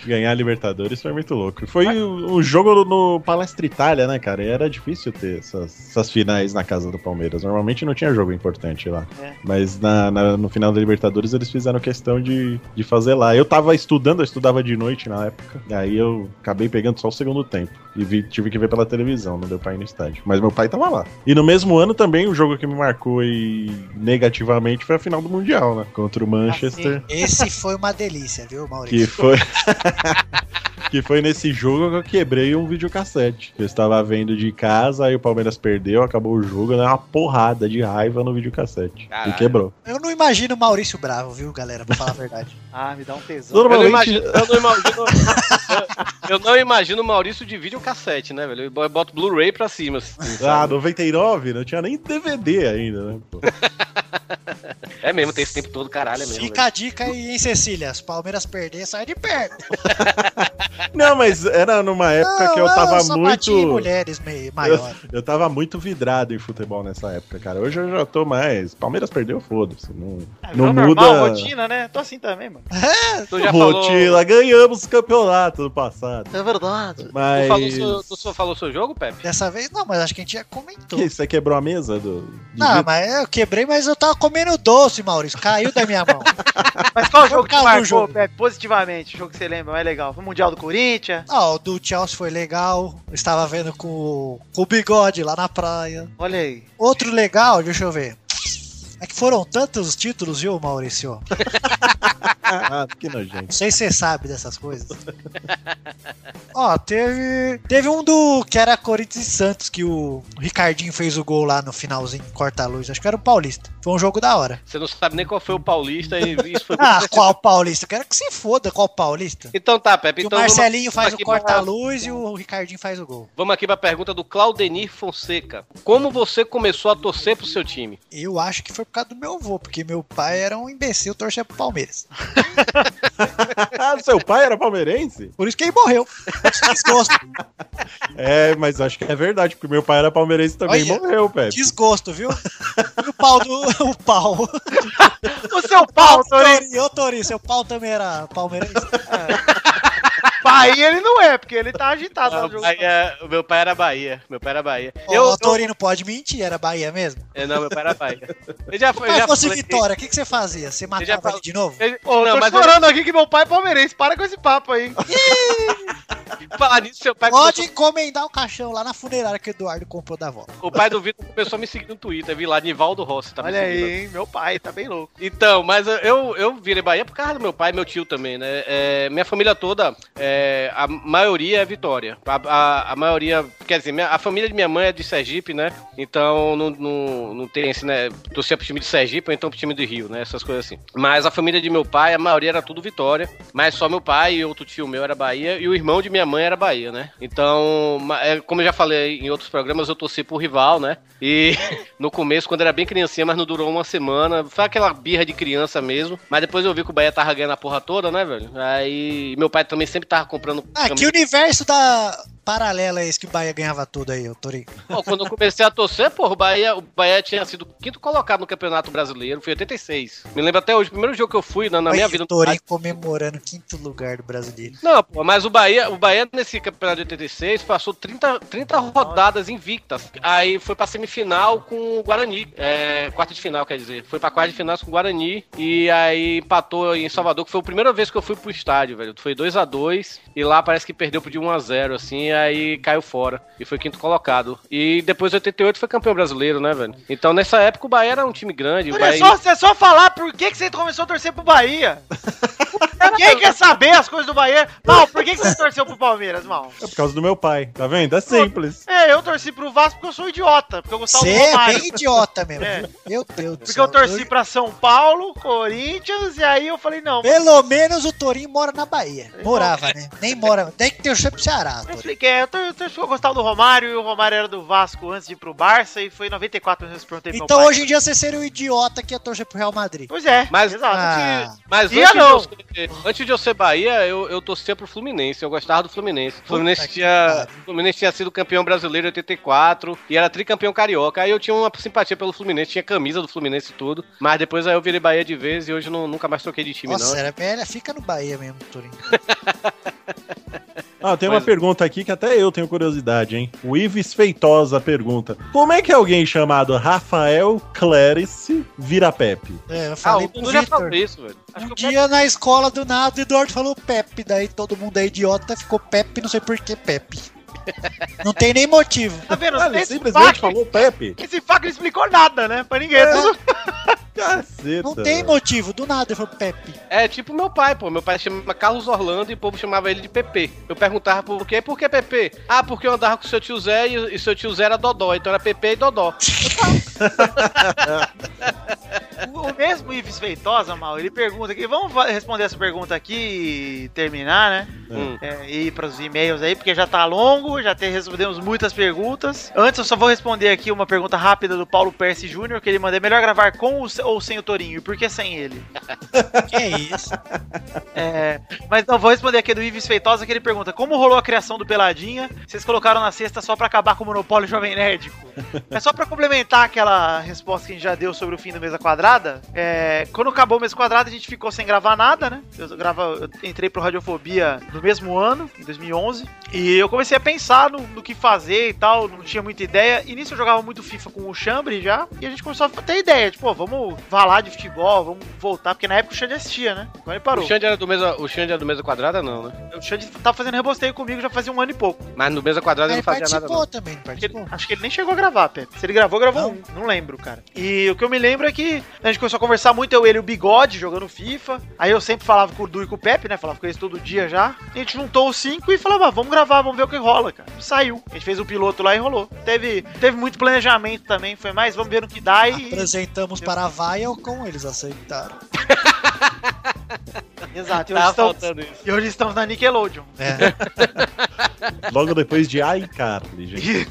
[SPEAKER 4] ganhar a Libertadores foi muito louco. Foi um um jogo no Palestra Itália, né, cara? E era difícil ter essas, essas finais na casa do Palmeiras. Normalmente não tinha jogo importante lá.
[SPEAKER 6] É.
[SPEAKER 4] Mas na- na- no final da Libertadores eles fizeram questão de, de fazer lá. Eu tava estudando, eu estudava de noite na época. E aí eu acabei pegando só o segundo tempo. E vi- tive que ver pela televisão, não deu pra ir no estádio. Mas meu pai tava lá. E no mesmo ano também, o jogo que me marcou e negativamente foi a final do Mundial, né? Contra o Manchester.
[SPEAKER 3] Esse foi uma delícia, viu,
[SPEAKER 4] Que
[SPEAKER 3] Maurício?
[SPEAKER 4] foi. que foi nesse jogo que eu quebrei um videocassete. Eu estava vendo de casa, aí o Palmeiras perdeu, acabou o jogo, né? Uma porrada de raiva no videocassete.
[SPEAKER 5] Caralho.
[SPEAKER 4] E quebrou.
[SPEAKER 3] Eu não imagino o Maurício bravo, viu, galera? Pra falar a verdade.
[SPEAKER 6] Ah, me dá um tesão.
[SPEAKER 5] Eu não
[SPEAKER 4] Normalmente.
[SPEAKER 5] imagino, eu não imagino, eu, eu não imagino o Maurício de videocassete, né, velho? Eu boto Blu-ray pra cima. assim,
[SPEAKER 4] Ah,
[SPEAKER 5] sabe?
[SPEAKER 4] 99? Não tinha nem DVD ainda, né? pô?
[SPEAKER 5] É mesmo, tem esse tempo todo, caralho, é mesmo. velho.
[SPEAKER 3] Fica a dica aí, hein, Cecília? Se o Palmeiras perder, sai de perto.
[SPEAKER 4] Não, mas era numa época que eu tava
[SPEAKER 3] só bati em
[SPEAKER 4] muito.
[SPEAKER 3] mulheres meio maiores.
[SPEAKER 4] Eu tava muito vidrado em futebol nessa época, cara. Hoje eu já tô mais. Palmeiras perdeu, foda-se. Não,
[SPEAKER 5] É,
[SPEAKER 6] Ah,
[SPEAKER 4] não
[SPEAKER 6] virou
[SPEAKER 4] muda.
[SPEAKER 6] normal, rotina, né? Tô assim também, mano.
[SPEAKER 5] Tu já falou,
[SPEAKER 4] Rotina, ganhamos o campeonato no passado.
[SPEAKER 6] É verdade.
[SPEAKER 5] tu,
[SPEAKER 4] Mas.
[SPEAKER 5] falou seu, tu só falou seu jogo, Pepe?
[SPEAKER 3] Dessa vez não, mas acho que a gente já comentou.
[SPEAKER 4] Que, você quebrou a mesa do. do
[SPEAKER 3] Não,
[SPEAKER 4] Vitor?
[SPEAKER 3] mas eu quebrei, mas eu tava comendo doce, Maurício. Caiu da minha mão.
[SPEAKER 6] Mas qual o jogo que
[SPEAKER 3] Por causa do
[SPEAKER 6] marcou,
[SPEAKER 3] jogo.
[SPEAKER 6] Pepe, positivamente? O jogo que você lembra, mais legal. Foi o Mundial do Corinthians.
[SPEAKER 3] Ah, o do Chelsea foi legal. Eu estava vendo com, o- com o bigode lá na praia.
[SPEAKER 6] Olha aí.
[SPEAKER 3] Outro legal, deixa eu ver. É que foram tantos títulos, viu, Maurício?
[SPEAKER 4] Ah, que nojento.
[SPEAKER 3] Não sei se você sabe dessas coisas. Ó, teve. Teve um do que era Corinthians e Santos, que o Ricardinho fez o gol lá no finalzinho, corta-luz. Acho que era o Paulista. Foi um jogo da hora.
[SPEAKER 5] Você não sabe nem qual foi o paulista e isso foi muito
[SPEAKER 3] Ah, qual Paulista? Quero que se foda qual Paulista.
[SPEAKER 5] Então tá, Pepe.
[SPEAKER 3] Que o
[SPEAKER 5] Então vamos-
[SPEAKER 3] Marcelinho faz o
[SPEAKER 5] aqui
[SPEAKER 3] corta-luz e o Ricardinho faz o gol.
[SPEAKER 5] Vamos aqui pra pergunta do Claudenir Fonseca. Como você começou a torcer pro seu time?
[SPEAKER 3] Eu acho que foi por causa do meu avô, porque meu pai era um imbecil torcer pro Palmeiras.
[SPEAKER 4] Ah, seu pai era palmeirense?
[SPEAKER 3] Por isso que ele morreu. Desgosto,
[SPEAKER 4] É, mas acho que é verdade, porque meu pai era palmeirense também e
[SPEAKER 3] Olha.
[SPEAKER 4] morreu, Pepe.
[SPEAKER 3] desgosto viu? E o pau do. O pau.
[SPEAKER 6] O seu pau, Torinho.
[SPEAKER 3] Tori, ô Tori, seu pau também era palmeirense?
[SPEAKER 6] Bahia ele não é, porque ele tá agitado no jogo.
[SPEAKER 5] o meu pai era Bahia. Meu pai era Bahia.
[SPEAKER 3] Eu, o Tori não pode mentir, era Bahia mesmo.
[SPEAKER 5] É, não, meu pai era Bahia. Eu já, eu
[SPEAKER 3] Mas
[SPEAKER 5] já
[SPEAKER 3] se fosse
[SPEAKER 5] é, falei-
[SPEAKER 3] Vitória, o que, que você fazia? Você matava
[SPEAKER 5] já
[SPEAKER 3] ele
[SPEAKER 5] falei-
[SPEAKER 3] de novo?
[SPEAKER 5] Eu,
[SPEAKER 6] Ô,
[SPEAKER 5] não,
[SPEAKER 6] tô
[SPEAKER 5] mas eu,
[SPEAKER 6] chorando aqui que meu pai é palmeirense. Para com esse papo aí.
[SPEAKER 5] falar nisso, seu pai
[SPEAKER 3] Pode encomendar o caixão lá na funerária que o Eduardo comprou da avó.
[SPEAKER 5] O pai do Vitor começou a me seguir no Twitter, vi lá, Nivaldo Rossi. Tá me
[SPEAKER 6] Olha aí,
[SPEAKER 5] seguindo.
[SPEAKER 6] hein? Meu pai tá bem louco.
[SPEAKER 5] Então, mas eu- eu, eu virei Bahia por causa do meu pai e meu tio também, né? É, minha família toda, é, a maioria é Vitória. A, a- a maioria, quer dizer, minha- a família de minha mãe é de Sergipe, né? Então não, não, não tem esse, né? Torcia pro time de Sergipe ou então pro time do Rio, né? Essas coisas assim. Mas a família de meu pai, a maioria era tudo Vitória. Mas só meu pai e outro tio meu era Bahia. E o irmão de minha mãe era Bahia, né? Então, ma- é, como eu já falei em outros programas, eu torci pro rival, né? E no começo, quando era bem criancinha, mas não durou uma semana. Foi aquela birra de criança mesmo. Mas depois eu vi que o Bahia tava ganhando a porra toda, né, velho? Aí meu pai também sempre tava comprando.
[SPEAKER 3] Ah, que
[SPEAKER 5] camisa.
[SPEAKER 3] universo da paralela é esse que o Bahia ganhava tudo aí, ô Tori?
[SPEAKER 5] Pô, quando eu comecei a torcer, porra, o Bahia, o Bahia tinha sido quinto colocado no Campeonato Brasileiro. Foi em 86. Me lembro até hoje, o primeiro jogo que eu fui na, na minha vida.
[SPEAKER 3] O Tori comemorando o quinto lugar do brasileiro.
[SPEAKER 5] Não, pô, mas o Bahia, o Bahia nesse campeonato de 86 passou 30, 30 rodadas invictas. Aí foi pra semifinal com o Guarani. É, quarta de final, quer dizer. Foi pra quarta de final com o Guarani. E aí empatou em Salvador, que foi a primeira vez que eu fui pro estádio, velho. Foi 2 a 2 E lá parece que perdeu por de 1 a 0 assim. Aí caiu fora. E foi quinto colocado. E depois, em 88, foi campeão brasileiro, né, velho? Então nessa época o Bahia era um time grande. O
[SPEAKER 6] Olha, é
[SPEAKER 5] Bahia...
[SPEAKER 6] só, é só falar por que, que você começou a torcer pro Bahia. Quem quer saber as coisas do Bahia? Mal, por que, que você torceu pro Palmeiras, Mal?
[SPEAKER 4] É por causa do meu pai, tá vendo? É simples.
[SPEAKER 6] É, eu torci pro Vasco porque eu sou idiota, porque eu gostava
[SPEAKER 3] Você
[SPEAKER 6] do
[SPEAKER 3] é
[SPEAKER 6] Romário.
[SPEAKER 3] bem idiota mesmo.
[SPEAKER 6] É.
[SPEAKER 3] Meu Deus do
[SPEAKER 6] Porque eu torci pra São Paulo, Corinthians, e aí eu falei, não,
[SPEAKER 3] Pelo menos o Torinho mora na Bahia.
[SPEAKER 5] Então-
[SPEAKER 3] Morava, né? Nem mora. Tem que ter o pro Ceará,
[SPEAKER 6] Eu
[SPEAKER 3] Torinho.
[SPEAKER 6] expliquei, eu, tô, eu, tô- eu gostava do Romário e o Romário era do Vasco antes de ir pro Barça e foi em 94 que eu perguntei pro
[SPEAKER 3] Então
[SPEAKER 6] meu pai.
[SPEAKER 3] hoje em dia você seria o idiota que ia torcer pro Real Madrid.
[SPEAKER 6] Pois é,
[SPEAKER 5] Mas-
[SPEAKER 6] exato.
[SPEAKER 3] Ah.
[SPEAKER 5] Mas
[SPEAKER 6] Ia
[SPEAKER 5] antes de,
[SPEAKER 6] não.
[SPEAKER 5] eu ser, antes de eu ser Bahia, eu, eu torcia pro Fluminense. Eu gostava do Fluminense. O Fluminense
[SPEAKER 3] que
[SPEAKER 5] tinha, o Fluminense tinha sido campeão brasileiro em 84 e era tricampeão carioca. Aí eu tinha uma simpatia pelo Fluminense, tinha camisa do Fluminense e tudo. Mas depois aí eu virei Bahia de vez e hoje eu não, nunca mais troquei de time,
[SPEAKER 3] Nossa, é
[SPEAKER 5] não.
[SPEAKER 3] era velha, fica no Bahia mesmo, Torinho.
[SPEAKER 4] Ah, tem
[SPEAKER 5] Mas-
[SPEAKER 4] uma pergunta aqui que até eu tenho curiosidade, hein? O Ives Feitosa pergunta: Como é que alguém chamado Rafael Clérice vira Pepe?
[SPEAKER 3] É, eu
[SPEAKER 5] Ah,
[SPEAKER 3] falei
[SPEAKER 5] o
[SPEAKER 3] pro
[SPEAKER 5] Dudu já
[SPEAKER 3] Vitor.
[SPEAKER 5] falou isso, velho. Acho
[SPEAKER 3] Um
[SPEAKER 5] que o
[SPEAKER 3] dia na escola do nada, o Eduardo falou Pepe, daí todo mundo é idiota, ficou Pepe, não sei por que Pepe. Não tem nem motivo.
[SPEAKER 6] Tá vendo?
[SPEAKER 4] Cara, Ah, ele
[SPEAKER 6] esse
[SPEAKER 4] simplesmente
[SPEAKER 6] faca,
[SPEAKER 4] falou Pepe.
[SPEAKER 6] esse faca não explicou nada, né? Pra ninguém. Tudo-
[SPEAKER 4] Caceta.
[SPEAKER 3] Não tem motivo, do nada ele falou Pepe.
[SPEAKER 5] É tipo meu pai, pô. Meu pai chama Carlos Orlando e o povo chamava ele de Pepe. Eu perguntava por quê, por que Pepe? Ah, porque eu andava com seu tio Zé e, e seu tio Zé era Dodó, então era Pepe e Dodó.
[SPEAKER 6] O, o mesmo Ives Feitosa, Mal, ele pergunta aqui, vamos va- responder essa pergunta aqui e terminar, né?
[SPEAKER 5] Hum.
[SPEAKER 6] É, e ir para os e-mails aí, porque já tá longo, já te, respondemos muitas perguntas. Antes, eu só vou responder aqui uma pergunta rápida do Paulo Percy Júnior, que ele manda: é melhor gravar com o se- ou sem o Torinho? E por que sem ele?
[SPEAKER 3] Que isso?
[SPEAKER 6] É, mas não, vou responder aqui do Ives Feitosa, que ele pergunta: como rolou a criação do Peladinha? Vocês colocaram na sexta só pra acabar com o monopólio jovem nerdico? É só pra complementar aquela resposta que a gente já deu sobre o fim do Mesa Quadrada. É, quando acabou o mês quadrado, a gente ficou sem gravar nada, né? Eu, grava, eu entrei pro Radiofobia no mesmo ano, em 2011. E eu comecei a pensar no, no que fazer e tal, não tinha muita ideia. E nisso eu jogava muito FIFA com o Chambre já. E a gente começou a ter ideia, tipo, ó, vamos valar de futebol, vamos voltar. Porque na época o Xande assistia, né? Agora ele
[SPEAKER 5] O
[SPEAKER 6] parou.
[SPEAKER 5] Xande era do mesa, o Xande era do mesa quadrada, não, né?
[SPEAKER 6] O Xande tava fazendo rebosteio comigo já fazia um ano e pouco.
[SPEAKER 5] Mas no mesa quadrada ele
[SPEAKER 3] Ele
[SPEAKER 5] não fazia nada,
[SPEAKER 3] participou
[SPEAKER 5] não.
[SPEAKER 3] também, não
[SPEAKER 6] Acho que, ele,
[SPEAKER 3] participou?
[SPEAKER 6] acho que ele nem chegou a gravar, Pepe. Se ele gravou, gravou
[SPEAKER 3] Não?
[SPEAKER 6] um. Não lembro, cara. E o que eu me lembro é que a gente começou a conversar muito, eu, ele e o Bigode jogando FIFA. Aí eu sempre falava com o Du e com o Pepe, né? Falava com eles todo dia já. E a gente juntou os cinco e falava, "Ah, vamos gravar, vamos ver o que rola, cara. Saiu. A gente fez o piloto lá e rolou. Teve, teve muito planejamento também, foi mais, vamos ver no que dá e.
[SPEAKER 3] Apresentamos para a Viacom, eles aceitaram.
[SPEAKER 6] Exato, e hoje,
[SPEAKER 5] Tava Tá
[SPEAKER 6] estamos,
[SPEAKER 5] faltando isso.
[SPEAKER 6] e hoje estamos na Nickelodeon.
[SPEAKER 3] É,
[SPEAKER 4] Logo depois de iCarly, gente.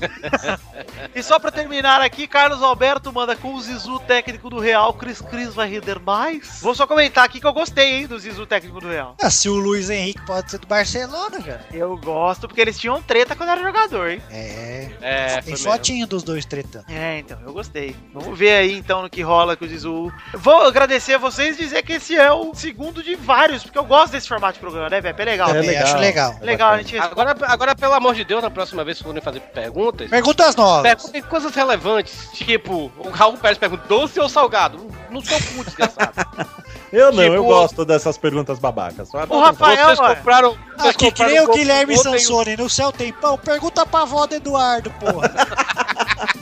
[SPEAKER 6] E só pra terminar aqui, Carlos Alberto manda com o Zizu técnico do Real, Cris Cris vai render mais? Vou só comentar aqui que eu gostei, hein, do Zizu técnico do Real.
[SPEAKER 3] Ah, se o Luiz Henrique pode ser do Barcelona, cara.
[SPEAKER 6] Eu gosto porque eles tinham treta quando era jogador, hein?
[SPEAKER 3] É.
[SPEAKER 5] É, foi
[SPEAKER 3] Tem
[SPEAKER 5] mesmo.
[SPEAKER 3] fotinho dos dois tretando.
[SPEAKER 6] É, então, eu gostei. Vamos ver aí então no que rola com o Zizu. Vou agradecer a vocês e dizer que esse é o segundo de vários, porque eu gosto desse formato de programa, né, Pepe? É legal.
[SPEAKER 3] É, legal. acho legal.
[SPEAKER 4] É
[SPEAKER 6] Legal, a
[SPEAKER 4] bacana.
[SPEAKER 6] gente.
[SPEAKER 5] Agora, agora, pelo amor de Deus, na próxima vez, se forem fazer perguntas,
[SPEAKER 3] Perguntas novas.
[SPEAKER 5] perguntem coisas relevantes. Tipo, o Raul Pérez pergunta: doce ou salgado? No seu cu, desgraçado.
[SPEAKER 4] Eu não, eu
[SPEAKER 5] Tipo-
[SPEAKER 4] gosto dessas perguntas babacas. Só
[SPEAKER 6] O Rafael,
[SPEAKER 5] vocês
[SPEAKER 6] ué.
[SPEAKER 5] compraram.
[SPEAKER 3] Ah,
[SPEAKER 5] Vocês
[SPEAKER 3] que
[SPEAKER 5] compraram
[SPEAKER 3] nem o
[SPEAKER 5] coco
[SPEAKER 3] Guilherme
[SPEAKER 5] ontem,
[SPEAKER 3] Sansoni, no céu tem pão, pergunta pra avó do Eduardo, porra.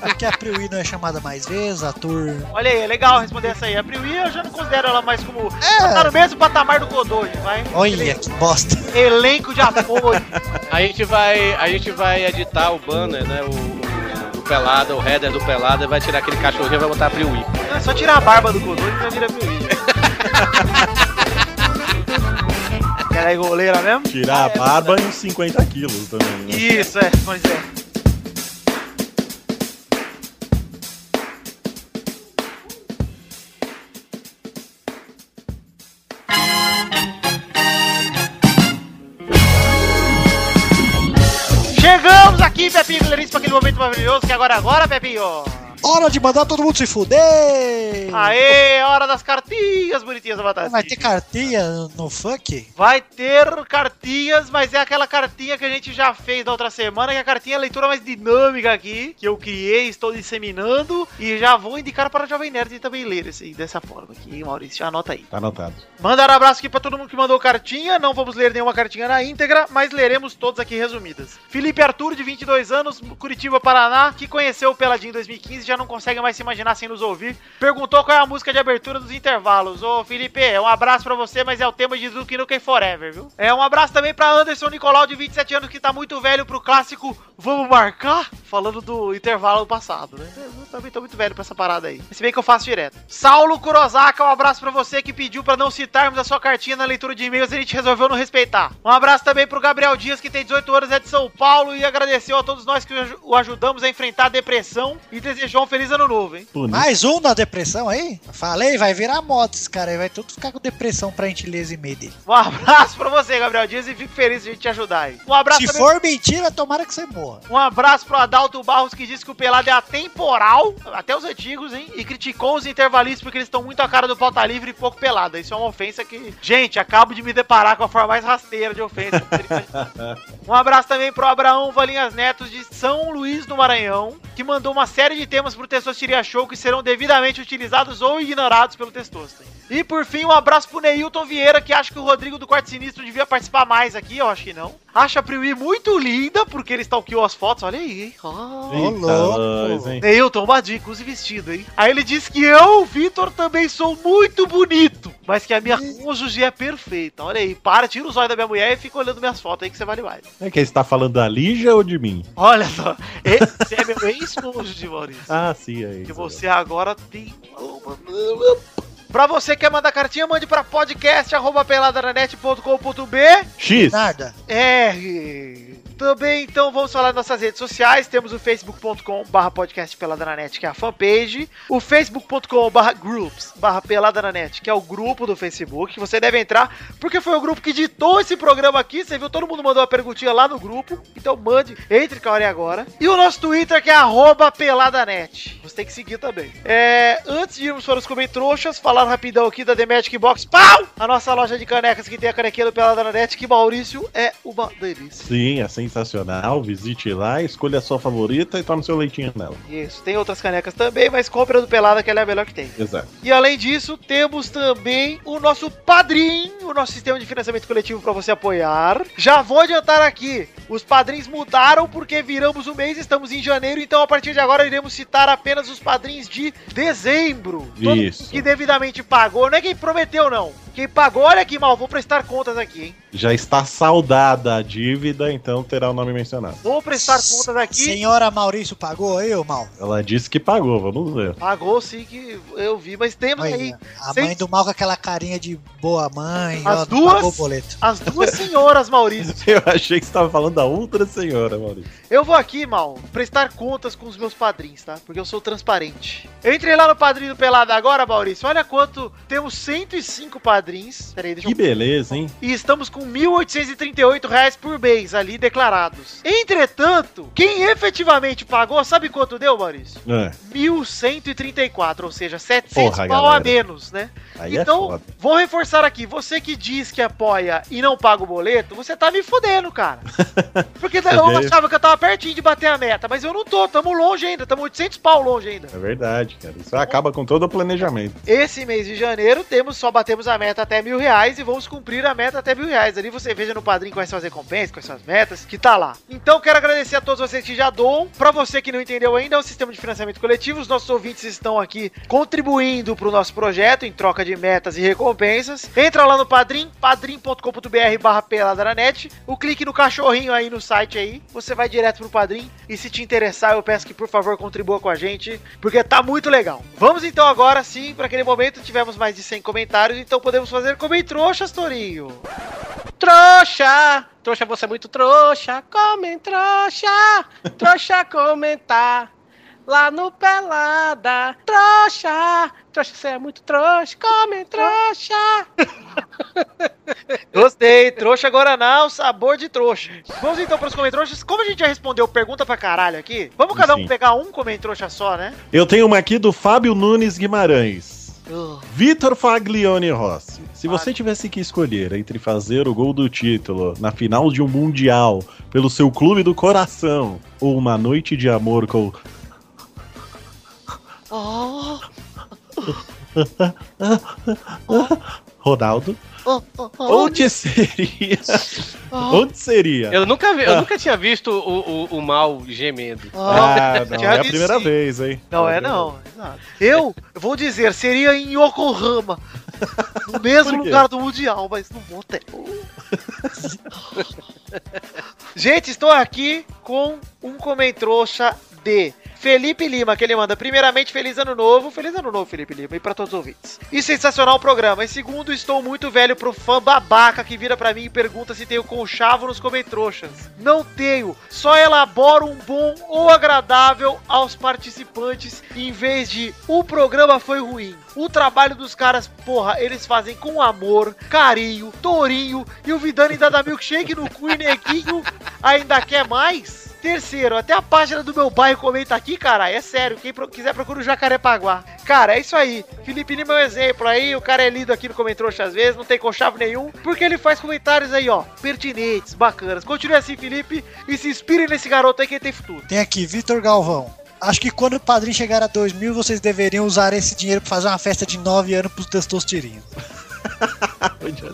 [SPEAKER 3] Por que a Priui não é chamada mais vezes, a Tur...
[SPEAKER 6] Olha aí, é legal responder essa aí. A Priui eu já não considero ela mais como. Tá
[SPEAKER 3] É,
[SPEAKER 6] no mesmo patamar do Godoy, vai.
[SPEAKER 3] olha que bosta.
[SPEAKER 6] Elenco de apoio.
[SPEAKER 5] A gente vai, a gente vai editar o banner, né? O, o Pelada, o header do Pelada, vai tirar aquele cachorrinho e vai botar a Priui.
[SPEAKER 6] É só tirar a barba do Godoy que já vira Priui. Ela é goleira mesmo?
[SPEAKER 4] Tirar a barba e uns 50 quilos também. Né?
[SPEAKER 6] Isso, é, pois é. Chegamos aqui, Pepinho Clarice, para aquele momento maravilhoso que é agora, agora, Pepinho.
[SPEAKER 3] Hora de mandar todo mundo se fuder!
[SPEAKER 6] Aê, hora das cartinhas bonitinhas assim. da batalha.
[SPEAKER 3] Vai ter cartinha no funk?
[SPEAKER 6] Vai ter cartinhas, mas é aquela cartinha que a gente já fez da outra semana, que é a cartinha leitura mais dinâmica aqui, que eu criei, estou disseminando, e já vou indicar para o Jovem Nerd também ler esse, dessa forma aqui, hein, Maurício, já anota aí.
[SPEAKER 4] Tá anotado.
[SPEAKER 6] Mandar um abraço aqui para todo mundo que mandou cartinha, não vamos ler nenhuma cartinha na íntegra, mas leremos todas aqui resumidas. Felipe Arthur, de 22 anos, Curitiba, Paraná, que conheceu o Peladinho em 2015, já não consegue mais se imaginar sem nos ouvir, perguntou qual é a música de abertura dos intervalos. Ô, Felipe, é um abraço pra você, mas é o tema de Duke Nukem Forever, viu? É um abraço também pra Anderson Nicolau, de 27 anos, que tá muito velho pro clássico Vamos Marcar? Falando do intervalo passado, né? Eu também tô muito velho pra essa parada aí. Se bem que eu faço direto. Saulo Kurosaka, um abraço pra você que pediu pra não citarmos a sua cartinha na leitura de e-mails e a gente resolveu não respeitar. Um abraço também pro Gabriel Dias, que tem 18 anos, é de São Paulo, e agradeceu a todos nós que o aj- o ajudamos a enfrentar a depressão e desejou um feliz ano novo, hein?
[SPEAKER 4] Bonito.
[SPEAKER 3] Mais um na depressão aí? Falei, vai virar moto esse cara aí, vai tudo ficar com depressão pra gente ler esse e-mail dele.
[SPEAKER 6] Um abraço pra você, Gabriel Dias, e fico feliz de a gente te ajudar aí. Um abraço
[SPEAKER 3] Se
[SPEAKER 6] também-
[SPEAKER 3] for mentira, tomara que você morra.
[SPEAKER 6] Um abraço pro Adalto Barros que disse que o Pelado é atemporal, até os antigos, hein? E criticou os intervalistas porque eles estão muito à cara do pauta livre e pouco pelada. Isso é uma ofensa que. Gente, acabo de me deparar com a forma mais rasteira de ofensa. que eu poderia imaginar. um abraço também pro Abraão Valinhas Netos de São Luís do Maranhão, que mandou uma série de temas pro Testosteria Show que serão devidamente utilizados ou ignorados pelo Testosteria. E por fim, um abraço pro Neilton Vieira, que acha que o Rodrigo do Quarto Sinistro devia participar mais aqui, eu acho que não. Acha a Priui muito linda, porque ele stalkeou as fotos, olha aí, hein? Ah.
[SPEAKER 4] Eita,
[SPEAKER 3] louco.
[SPEAKER 4] nós, hein?
[SPEAKER 6] Neilton, uma dica, use vestido, hein? Aí ele diz que eu, Vitor, também sou muito bonito, mas que a minha cônjuge é perfeita. Olha aí, para, tira os olhos da minha mulher e fica olhando minhas fotos aí que você vale mais.
[SPEAKER 4] É que você tá falando da Lígia ou de mim?
[SPEAKER 6] Olha só, esse é meu ex-cônjuge, Maurício.
[SPEAKER 4] Ah, sim, é
[SPEAKER 6] Que
[SPEAKER 4] isso.
[SPEAKER 6] você agora tem. Pra você que quer mandar cartinha, mande pra podcast.peladananet.com.br.
[SPEAKER 4] X,
[SPEAKER 3] Nada.
[SPEAKER 6] É. Também, então, vamos falar das nossas redes sociais. Temos o facebook.com barra podcast Peladananet, que é a fanpage. O facebook.com barra groups barra Peladananet, que é o grupo do Facebook. Você deve entrar, porque foi o grupo que ditou esse programa aqui. Você viu, todo mundo mandou uma perguntinha lá no grupo. Então mande, entre com a hora é agora. E o nosso Twitter, que é arroba Peladanet. Você tem que seguir também. É, antes de irmos para os comentroxas, falar rapidão aqui da The Magic Box. Pau! A nossa loja de canecas que tem a canequinha do Peladanet, que Maurício é uma delícia.
[SPEAKER 4] Sim, é sensacional. Visite lá, escolha a sua favorita e tome seu leitinho nela.
[SPEAKER 6] Isso, tem outras canecas também, mas compra do Pelada que ela é a melhor que tem.
[SPEAKER 4] Exato.
[SPEAKER 6] E além disso, temos também o nosso Padrim, o nosso sistema de financiamento coletivo para você apoiar. Já vou adiantar aqui, os padrinhos mudaram porque viramos o mês, estamos em janeiro, então a partir de agora iremos citar apenas os padrinhos de dezembro. Todo
[SPEAKER 4] Isso.
[SPEAKER 6] que devidamente pagou, não é quem prometeu não. Quem pagou, olha que mal, vou prestar contas aqui, hein.
[SPEAKER 4] Já está saudada a dívida, então terá o nome mencionado.
[SPEAKER 6] Vou prestar contas aqui.
[SPEAKER 3] Senhora Maurício pagou aí, ô mal?
[SPEAKER 4] Ela disse que pagou, vamos ver.
[SPEAKER 6] Pagou sim que eu vi, mas temos aí
[SPEAKER 3] Olha, a
[SPEAKER 6] sem-
[SPEAKER 3] mãe do mal com aquela carinha de boa mãe,
[SPEAKER 6] As
[SPEAKER 3] ó,
[SPEAKER 6] duas?
[SPEAKER 3] pagou o boleto.
[SPEAKER 6] as duas senhoras, Maurício.
[SPEAKER 4] Eu achei que você estava falando da outra senhora, Maurício.
[SPEAKER 6] Eu vou aqui, mal, prestar contas com os meus padrinhos, tá? Porque eu sou transparente. Eu entrei lá no padrinho do Pelado agora, Maurício. Olha quanto. Temos 105 padrinhos. Peraí, deixa
[SPEAKER 4] Que
[SPEAKER 6] eu.
[SPEAKER 4] beleza, hein?
[SPEAKER 6] E estamos com R$ 1.838 reais por mês ali declarados. Entretanto, quem efetivamente pagou, sabe quanto deu, Maurício?
[SPEAKER 4] É,
[SPEAKER 6] 1.134, ou seja, 700
[SPEAKER 4] Porra,
[SPEAKER 6] pau a
[SPEAKER 4] galera.
[SPEAKER 6] menos, né?
[SPEAKER 4] aí é
[SPEAKER 6] então,
[SPEAKER 4] foda.
[SPEAKER 6] vou reforçar aqui. Você que diz que apoia e não paga o boleto, você tá me fudendo, cara. Porque eu achava que eu tava pertinho de bater a meta, mas eu não tô. Tamo longe ainda. Tamo 800 pau longe ainda.
[SPEAKER 4] É verdade, cara. Isso acaba com todo o planejamento.
[SPEAKER 6] Esse mês de janeiro, temos só batemos a meta até mil reais e vamos cumprir a meta até mil reais. Ali você veja no padrinho quais são as recompensas, quais são as metas, que tá lá. Então, quero agradecer a todos vocês que já doam. Pra você que não entendeu ainda, é o sistema de financiamento coletivo. Os nossos ouvintes estão aqui contribuindo pro nosso projeto em troca de metas e recompensas. Entra lá no padrim, padrim.com.br barra peladaranet. O clique no cachorrinho aí no site aí, você vai direto pro padrim. E se te interessar, eu peço que por favor contribua com a gente, porque tá muito legal. Vamos então agora sim, pra aquele momento tivemos mais de 100 comentários, então podemos fazer comentroxas, Torinho.
[SPEAKER 5] Trouxa! Trouxa, você é muito trouxa. Comem trouxa! Trouxa comentar. Lá no Pelada. Trouxa! Trouxa, você é muito trouxa. Comem trouxa!
[SPEAKER 6] Gostei, trouxa Guaraná, o sabor de trouxa. Vamos então pros comentroxas. Como a gente já respondeu pergunta pra caralho aqui, vamos cada um
[SPEAKER 4] Sim.
[SPEAKER 6] pegar um comentroxa só, né?
[SPEAKER 4] Eu tenho uma aqui do Fábio Nunes Guimarães.
[SPEAKER 6] Uh,
[SPEAKER 4] Vitor Faglione Rossi,
[SPEAKER 6] Ah.
[SPEAKER 4] se você tivesse que escolher entre fazer o gol do título na final de um Mundial pelo seu clube do coração ou uma noite de amor com.
[SPEAKER 6] Oh.
[SPEAKER 4] Ronaldo,
[SPEAKER 6] Oh,
[SPEAKER 4] onde seria? Onde seria?
[SPEAKER 5] Eu nunca, vi, eu nunca tinha visto o, o, o mal gemendo.
[SPEAKER 4] Ah, não,
[SPEAKER 6] Já
[SPEAKER 4] é a
[SPEAKER 6] disse.
[SPEAKER 4] primeira vez, hein?
[SPEAKER 6] Não é, não. Exato. Eu vou dizer, seria em Yokohama. No mesmo
[SPEAKER 4] Por quê?
[SPEAKER 6] lugar do Mundial, mas no motel. Gente, estou aqui com um comentrouxa de Felipe Lima, que ele manda primeiramente feliz ano novo, feliz ano novo Felipe Lima e pra todos os ouvintes. E sensacional o programa. E segundo, estou muito velho pro fã babaca que vira pra mim e pergunta se tenho conchavo nos comentrouxas. Não tenho, só elaboro um bom ou agradável aos participantes em vez de o programa foi ruim. O trabalho dos caras, porra, eles fazem com amor, carinho, tourinho e o Vidani ainda dá milkshake no cu e neguinho ainda quer mais? Terceiro, até a página do meu bairro comenta aqui, cara. É sério, quem pro- quiser procura o Jacarepaguá. Cara, é isso aí. Felipe Lima é um exemplo aí, o cara é lido aqui no Comentrouxa às vezes, não tem conchavo nenhum, porque ele faz comentários aí, ó, pertinentes, bacanas. Continue assim, Felipe, e se inspire nesse garoto aí que ele tem futuro.
[SPEAKER 3] Tem aqui, Vitor Galvão. Acho que quando o padrinho chegar a 2 mil, vocês deveriam usar esse dinheiro pra fazer uma festa de 9 anos pros testostirinhos.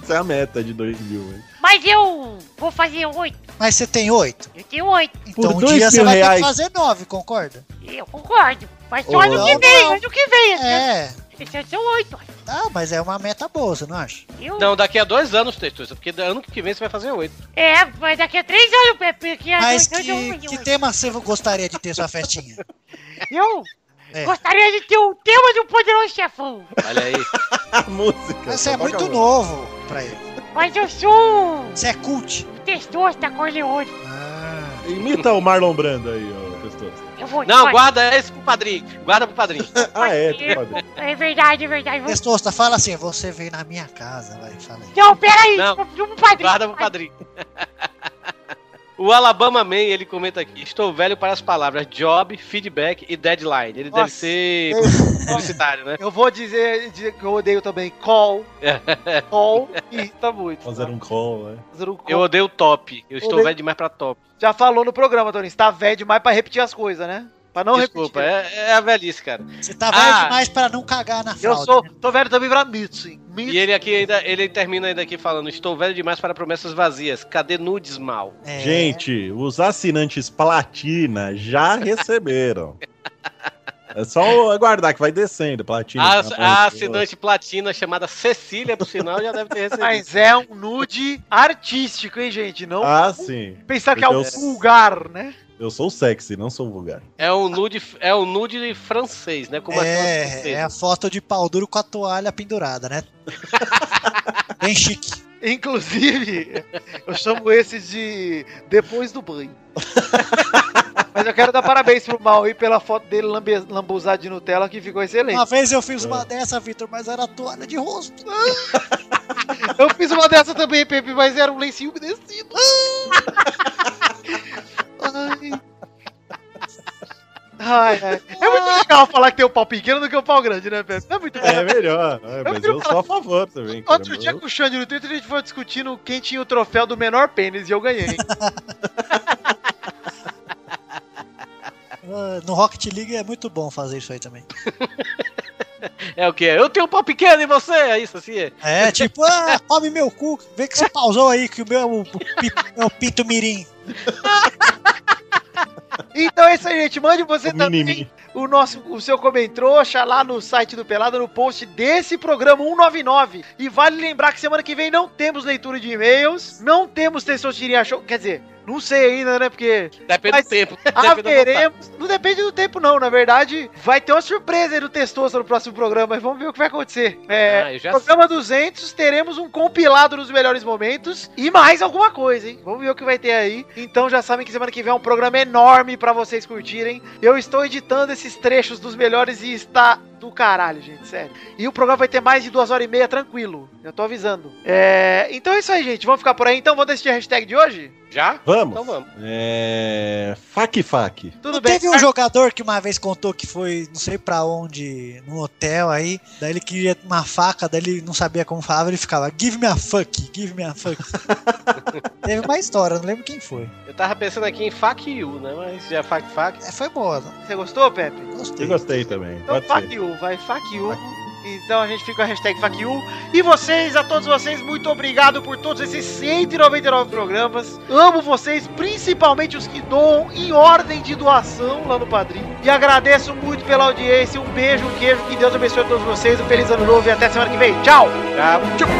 [SPEAKER 4] Essa é a meta de 2000, hein?
[SPEAKER 7] Mas eu vou fazer oito.
[SPEAKER 3] Mas você tem 8.
[SPEAKER 7] Eu tenho oito.
[SPEAKER 3] Então
[SPEAKER 4] Por
[SPEAKER 3] um
[SPEAKER 4] dois
[SPEAKER 3] dia você
[SPEAKER 4] mil
[SPEAKER 3] vai ter
[SPEAKER 4] reais.
[SPEAKER 3] que fazer 9, concorda?
[SPEAKER 7] Eu concordo. Mas só
[SPEAKER 4] Ô,
[SPEAKER 7] ano que
[SPEAKER 3] não,
[SPEAKER 7] vem,
[SPEAKER 3] não.
[SPEAKER 7] ano que vem.
[SPEAKER 3] É.
[SPEAKER 7] Esse é seu oito.
[SPEAKER 3] Tá, mas é uma meta boa, você não acha?
[SPEAKER 7] Eu...
[SPEAKER 5] Não, daqui a dois anos, Testoso, porque ano que vem você vai fazer oito.
[SPEAKER 7] É, mas daqui a três anos, Pepe.
[SPEAKER 6] É,
[SPEAKER 7] Que a
[SPEAKER 3] Mas
[SPEAKER 7] dois
[SPEAKER 6] um
[SPEAKER 7] anos eu-
[SPEAKER 3] que, que tema você gostaria de ter sua festinha?
[SPEAKER 7] Eu
[SPEAKER 3] É.
[SPEAKER 7] gostaria de ter o tema do Poderoso Chefão.
[SPEAKER 5] Olha aí.
[SPEAKER 4] A música.
[SPEAKER 3] Você é
[SPEAKER 4] toca a
[SPEAKER 3] muito
[SPEAKER 4] música.
[SPEAKER 3] novo pra ele.
[SPEAKER 7] Mas eu sou
[SPEAKER 3] Você é cult.
[SPEAKER 7] o testoso da Corleone.
[SPEAKER 3] Ah,
[SPEAKER 4] Imita o Marlon Brando aí, ó, Testoso.
[SPEAKER 7] Eu vou.
[SPEAKER 5] Não,
[SPEAKER 7] olha,
[SPEAKER 5] guarda esse pro padrinho. Guarda pro padrinho.
[SPEAKER 4] Ah, é, tem padrinho.
[SPEAKER 7] É verdade, é verdade. Vou...
[SPEAKER 3] Testosta, fala assim, você veio na minha casa, vai, fala aí.
[SPEAKER 7] Não, Então, peraí.
[SPEAKER 5] Não,
[SPEAKER 7] Um padrinho.
[SPEAKER 5] Guarda pro padrinho. O Alabama Man, ele comenta aqui: Estou velho para as palavras job, feedback e deadline. Ele
[SPEAKER 6] Nossa.
[SPEAKER 5] deve ser publicitário, né?
[SPEAKER 6] Eu vou dizer, dizer que eu odeio também call. call. E tá muito.
[SPEAKER 4] Fazer um call, né?
[SPEAKER 6] Fazer um call.
[SPEAKER 5] Eu odeio top. Eu estou
[SPEAKER 6] Odeio-
[SPEAKER 5] velho demais pra top.
[SPEAKER 6] Já falou no programa, Torinho. Você tá velho demais pra repetir as coisas, né? Pra não
[SPEAKER 5] Desculpa,
[SPEAKER 6] repetir.
[SPEAKER 5] é, é a velhice, cara.
[SPEAKER 3] Você tá
[SPEAKER 5] Ah.
[SPEAKER 3] velho demais pra não cagar na
[SPEAKER 6] Eu
[SPEAKER 3] fralda. né?
[SPEAKER 6] sou. Tô velho também pra Mitsu.
[SPEAKER 5] E ele aqui ainda, ele termina ainda aqui falando: Estou velho demais para promessas vazias. Cadê nudes mal?
[SPEAKER 3] É.
[SPEAKER 4] Gente, os assinantes platina já receberam. É só aguardar que vai descendo, platina.
[SPEAKER 5] A,
[SPEAKER 4] tá bom,
[SPEAKER 5] a
[SPEAKER 4] tá bom.
[SPEAKER 5] Ah, assinante platina chamada Cecília, por sinal, já deve ter recebido.
[SPEAKER 6] Mas é um nude artístico, hein, gente? Não
[SPEAKER 4] Ah, sim.
[SPEAKER 6] pensar que é um
[SPEAKER 4] Deus.
[SPEAKER 6] vulgar, né?
[SPEAKER 4] Eu sou sexy, não sou vulgar.
[SPEAKER 5] É um nude, é um nude francês, né? Como aquelas
[SPEAKER 3] É,
[SPEAKER 5] francesas.
[SPEAKER 3] é a foto de pau duro com a toalha pendurada, né? Bem chique.
[SPEAKER 6] Inclusive, eu chamo esse de depois do banho. Mas eu quero dar parabéns pro Mal aí pela foto dele lambe- lambuzado de Nutella que ficou excelente.
[SPEAKER 3] Uma vez eu fiz uma dessa, Vitor, mas era toalha de rosto.
[SPEAKER 4] Ah.
[SPEAKER 6] Eu fiz uma dessa também, Pepe, mas era um lencinho umedecido. Ai. Ai, ai. É muito legal falar que tem o pau pequeno do que o pau grande, né, Pepe? Não é muito legal.
[SPEAKER 4] É melhor, é, mas eu sou a favor também. cara.
[SPEAKER 6] Outro dia com o Xande no Twitter, a gente foi discutindo quem tinha o troféu do menor pênis e eu ganhei.
[SPEAKER 3] Ah, No Rocket League é muito bom fazer isso aí também.
[SPEAKER 5] É o que? Eu tenho um pau pequeno e você? É isso assim? é?
[SPEAKER 3] É, tipo, ah, come meu cu, vê que você pausou aí, que o meu é o pi- é o pinto mirim.
[SPEAKER 6] Então é isso aí, gente. Mande você
[SPEAKER 4] O
[SPEAKER 6] também
[SPEAKER 4] mimimi.
[SPEAKER 6] o, nosso, o seu comentrouxa lá no site do Pelada, no post desse programa 199. E vale lembrar que semana que vem não temos leitura de e-mails, não temos Testosterinha Show, quer dizer... Não sei ainda, né? Porque
[SPEAKER 5] Depende
[SPEAKER 6] Mas-
[SPEAKER 5] do tempo. Depende da vontade.
[SPEAKER 6] haveremos. Não depende do tempo, não. Na verdade, vai ter uma surpresa aí no Testosta no próximo programa. Vamos ver o que vai acontecer. É,
[SPEAKER 5] Ah, eu já
[SPEAKER 6] Programa 200, teremos um compilado dos melhores momentos e mais alguma coisa, hein? Vamos ver o que vai ter aí. Então já sabem que semana que vem é um programa enorme pra vocês curtirem. Eu estou editando esses trechos dos melhores e está do caralho, gente, sério. E o programa vai ter mais de duas horas e meia tranquilo. Já tô avisando. É, então é isso aí, gente. Vamos ficar por aí. Então vamos decidir a hashtag de hoje?
[SPEAKER 5] Já?
[SPEAKER 4] Vamos.
[SPEAKER 5] Então vamos.
[SPEAKER 4] É. Fac fac.
[SPEAKER 6] Tudo
[SPEAKER 3] Não
[SPEAKER 6] bem.
[SPEAKER 3] teve um jogador que uma vez contou que foi não sei pra onde, num hotel aí, daí ele queria uma faca, daí ele não sabia como falava, ele ficava, give me a fuck, give me a fuck. teve uma história, não lembro quem foi.
[SPEAKER 5] Eu tava pensando aqui em fac you, né? Mas já fac fac.
[SPEAKER 3] É, foi boa, não
[SPEAKER 6] Você gostou, Pepe?
[SPEAKER 4] Eu
[SPEAKER 3] gostei.
[SPEAKER 4] gostei também.
[SPEAKER 6] Então,
[SPEAKER 4] Pode ser.
[SPEAKER 6] fuck you, vai, fuck you. Então a gente fica com a hashtag fuck you. E vocês, a todos vocês, muito obrigado por todos esses 199 programas. Amo vocês, principalmente os que doam em ordem de doação lá no Padrinho. E agradeço muito pela audiência. Um beijo, um queijo. Que Deus abençoe a todos vocês. Um feliz ano novo e até semana que vem. Tchau!
[SPEAKER 5] Já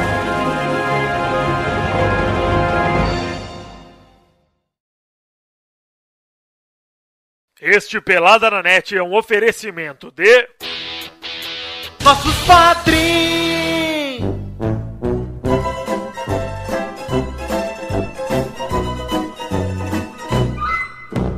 [SPEAKER 9] Este Pelada na Net é um oferecimento de.
[SPEAKER 6] Nossos padrinhos!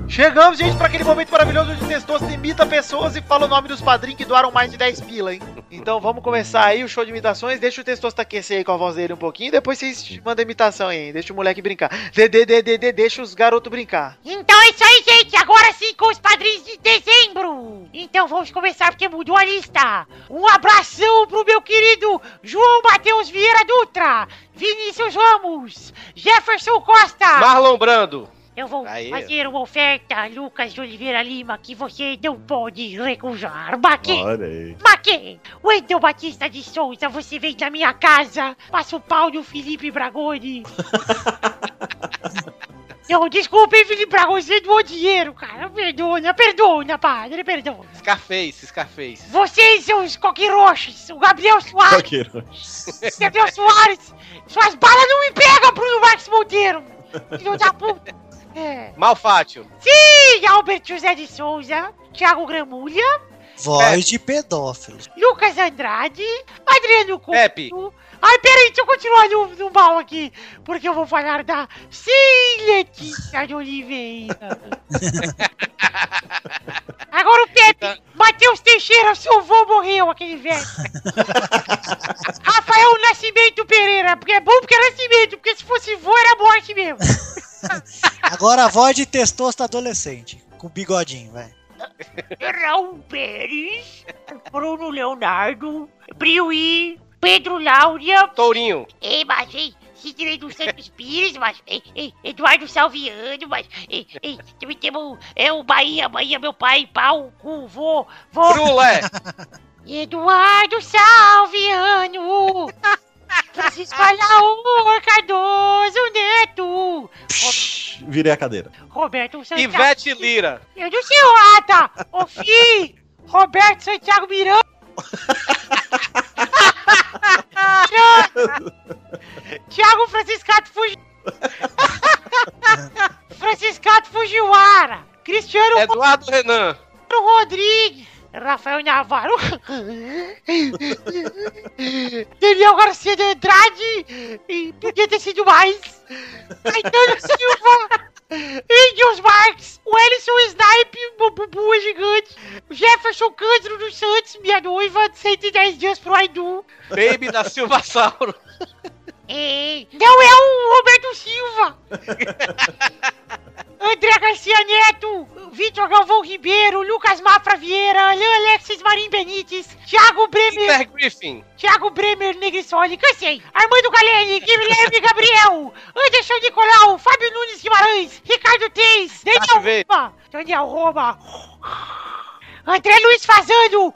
[SPEAKER 6] Chegamos, gente, para aquele momento maravilhoso onde o Testoso imita pessoas e fala o nome dos padrinhos que doaram mais de 10 pila, hein? Então vamos começar aí o show de imitações. Deixa o Testoso aquecer aí com a voz dele um pouquinho. Depois vocês mandam imitação aí. hein? Deixa o moleque brincar. Dê, dê, dê, dê, dê, deixa os garotos brincar.
[SPEAKER 7] Então é isso aí, gente. Agora sim com os padrinhos de dezembro. Então vamos começar porque mudou a lista. Um abração pro meu querido João Matheus Vieira Dutra, Vinícius Ramos, Jefferson Costa.
[SPEAKER 5] Marlon Brando.
[SPEAKER 7] Eu vou
[SPEAKER 5] Aí.
[SPEAKER 7] fazer uma oferta, Lucas de Oliveira Lima, que você não pode recusar. Baque,
[SPEAKER 4] Olha aí.
[SPEAKER 7] Baque, Wendel Batista de Souza, você vem da minha casa, passa o pau no Felipe Bragoni. não, desculpa, hein, Felipe Bragoni, você doou dinheiro, cara. Perdona, perdona, padre, perdona.
[SPEAKER 5] Scarface, Scarface.
[SPEAKER 7] Vocês são os coqueiroxes, o Gabriel Soares,
[SPEAKER 4] Coqueiro.
[SPEAKER 7] Gabriel Soares, suas balas não me pegam, Bruno Marques Monteiro. Filho da puta. É.
[SPEAKER 5] Malfátio.
[SPEAKER 7] Sim, Albert José de Souza, Thiago Gramulha,
[SPEAKER 3] Voz de pedófilo.
[SPEAKER 7] Lucas Andrade, Adriano Couto,
[SPEAKER 5] Pepe.
[SPEAKER 7] Ai, peraí, deixa eu continuar no, no mal aqui. Porque eu vou falar da Siletinha de Oliveira. Agora o Pepe, Matheus Teixeira, seu vô morreu, aquele velho. Rafael Nascimento Pereira, porque é bom porque é Nascimento, porque se fosse vô era morte mesmo.
[SPEAKER 3] Agora a voz de testosta adolescente. Com bigodinho, velho.
[SPEAKER 7] Raul Pérez, Bruno Leonardo, Briuí, Pedro Laura,
[SPEAKER 5] Tourinho.
[SPEAKER 7] Ei, mas, ei, Sidney dos Santos Pires, mas, ei, ei, Eduardo Salviano, mas, ei, ei, também temos é, o Bahia, Bahia, meu pai, pau, cu, vô, vô.
[SPEAKER 5] Brulé.
[SPEAKER 7] Eduardo Salviano, Francisco Alaor Cardoso Neto,
[SPEAKER 4] Virei a cadeira.
[SPEAKER 7] Roberto Santana.
[SPEAKER 5] Ivete Lira.
[SPEAKER 7] Eu não sei o Ata, o Fi, Roberto Santiago Miranda. Tiago Franciscato Fuji... Franciscato Fujiwara. Cristiano
[SPEAKER 5] Eduardo Renan.
[SPEAKER 7] Rodrigues. Rafael Navarro. Daniel Garcia de Andrade. E podia ter sido mais. Caetano Silva. Índios Marques, o Ellison Snipe, o Bubu é gigante, o Jefferson Cândido dos Santos, minha noiva, 110 dias pro Aidu.
[SPEAKER 5] Baby da Silva Sauro.
[SPEAKER 7] Ei, não é o Roberto Silva! André Garcia Neto, Vitor Galvão Ribeiro, Lucas Mafra Vieira, Alain Alexis Marim Benites, Thiago Bremer,
[SPEAKER 5] Peter Griffin.
[SPEAKER 7] Thiago Bremer Negrisoli, cansei, Armando Galeni, Guilherme Gabriel, Anderson Nicolau, Fábio Nunes Guimarães, Ricardo Teis, Daniel
[SPEAKER 5] Cativeiro.
[SPEAKER 7] Roma, Daniel Roma, André Luiz Fazano,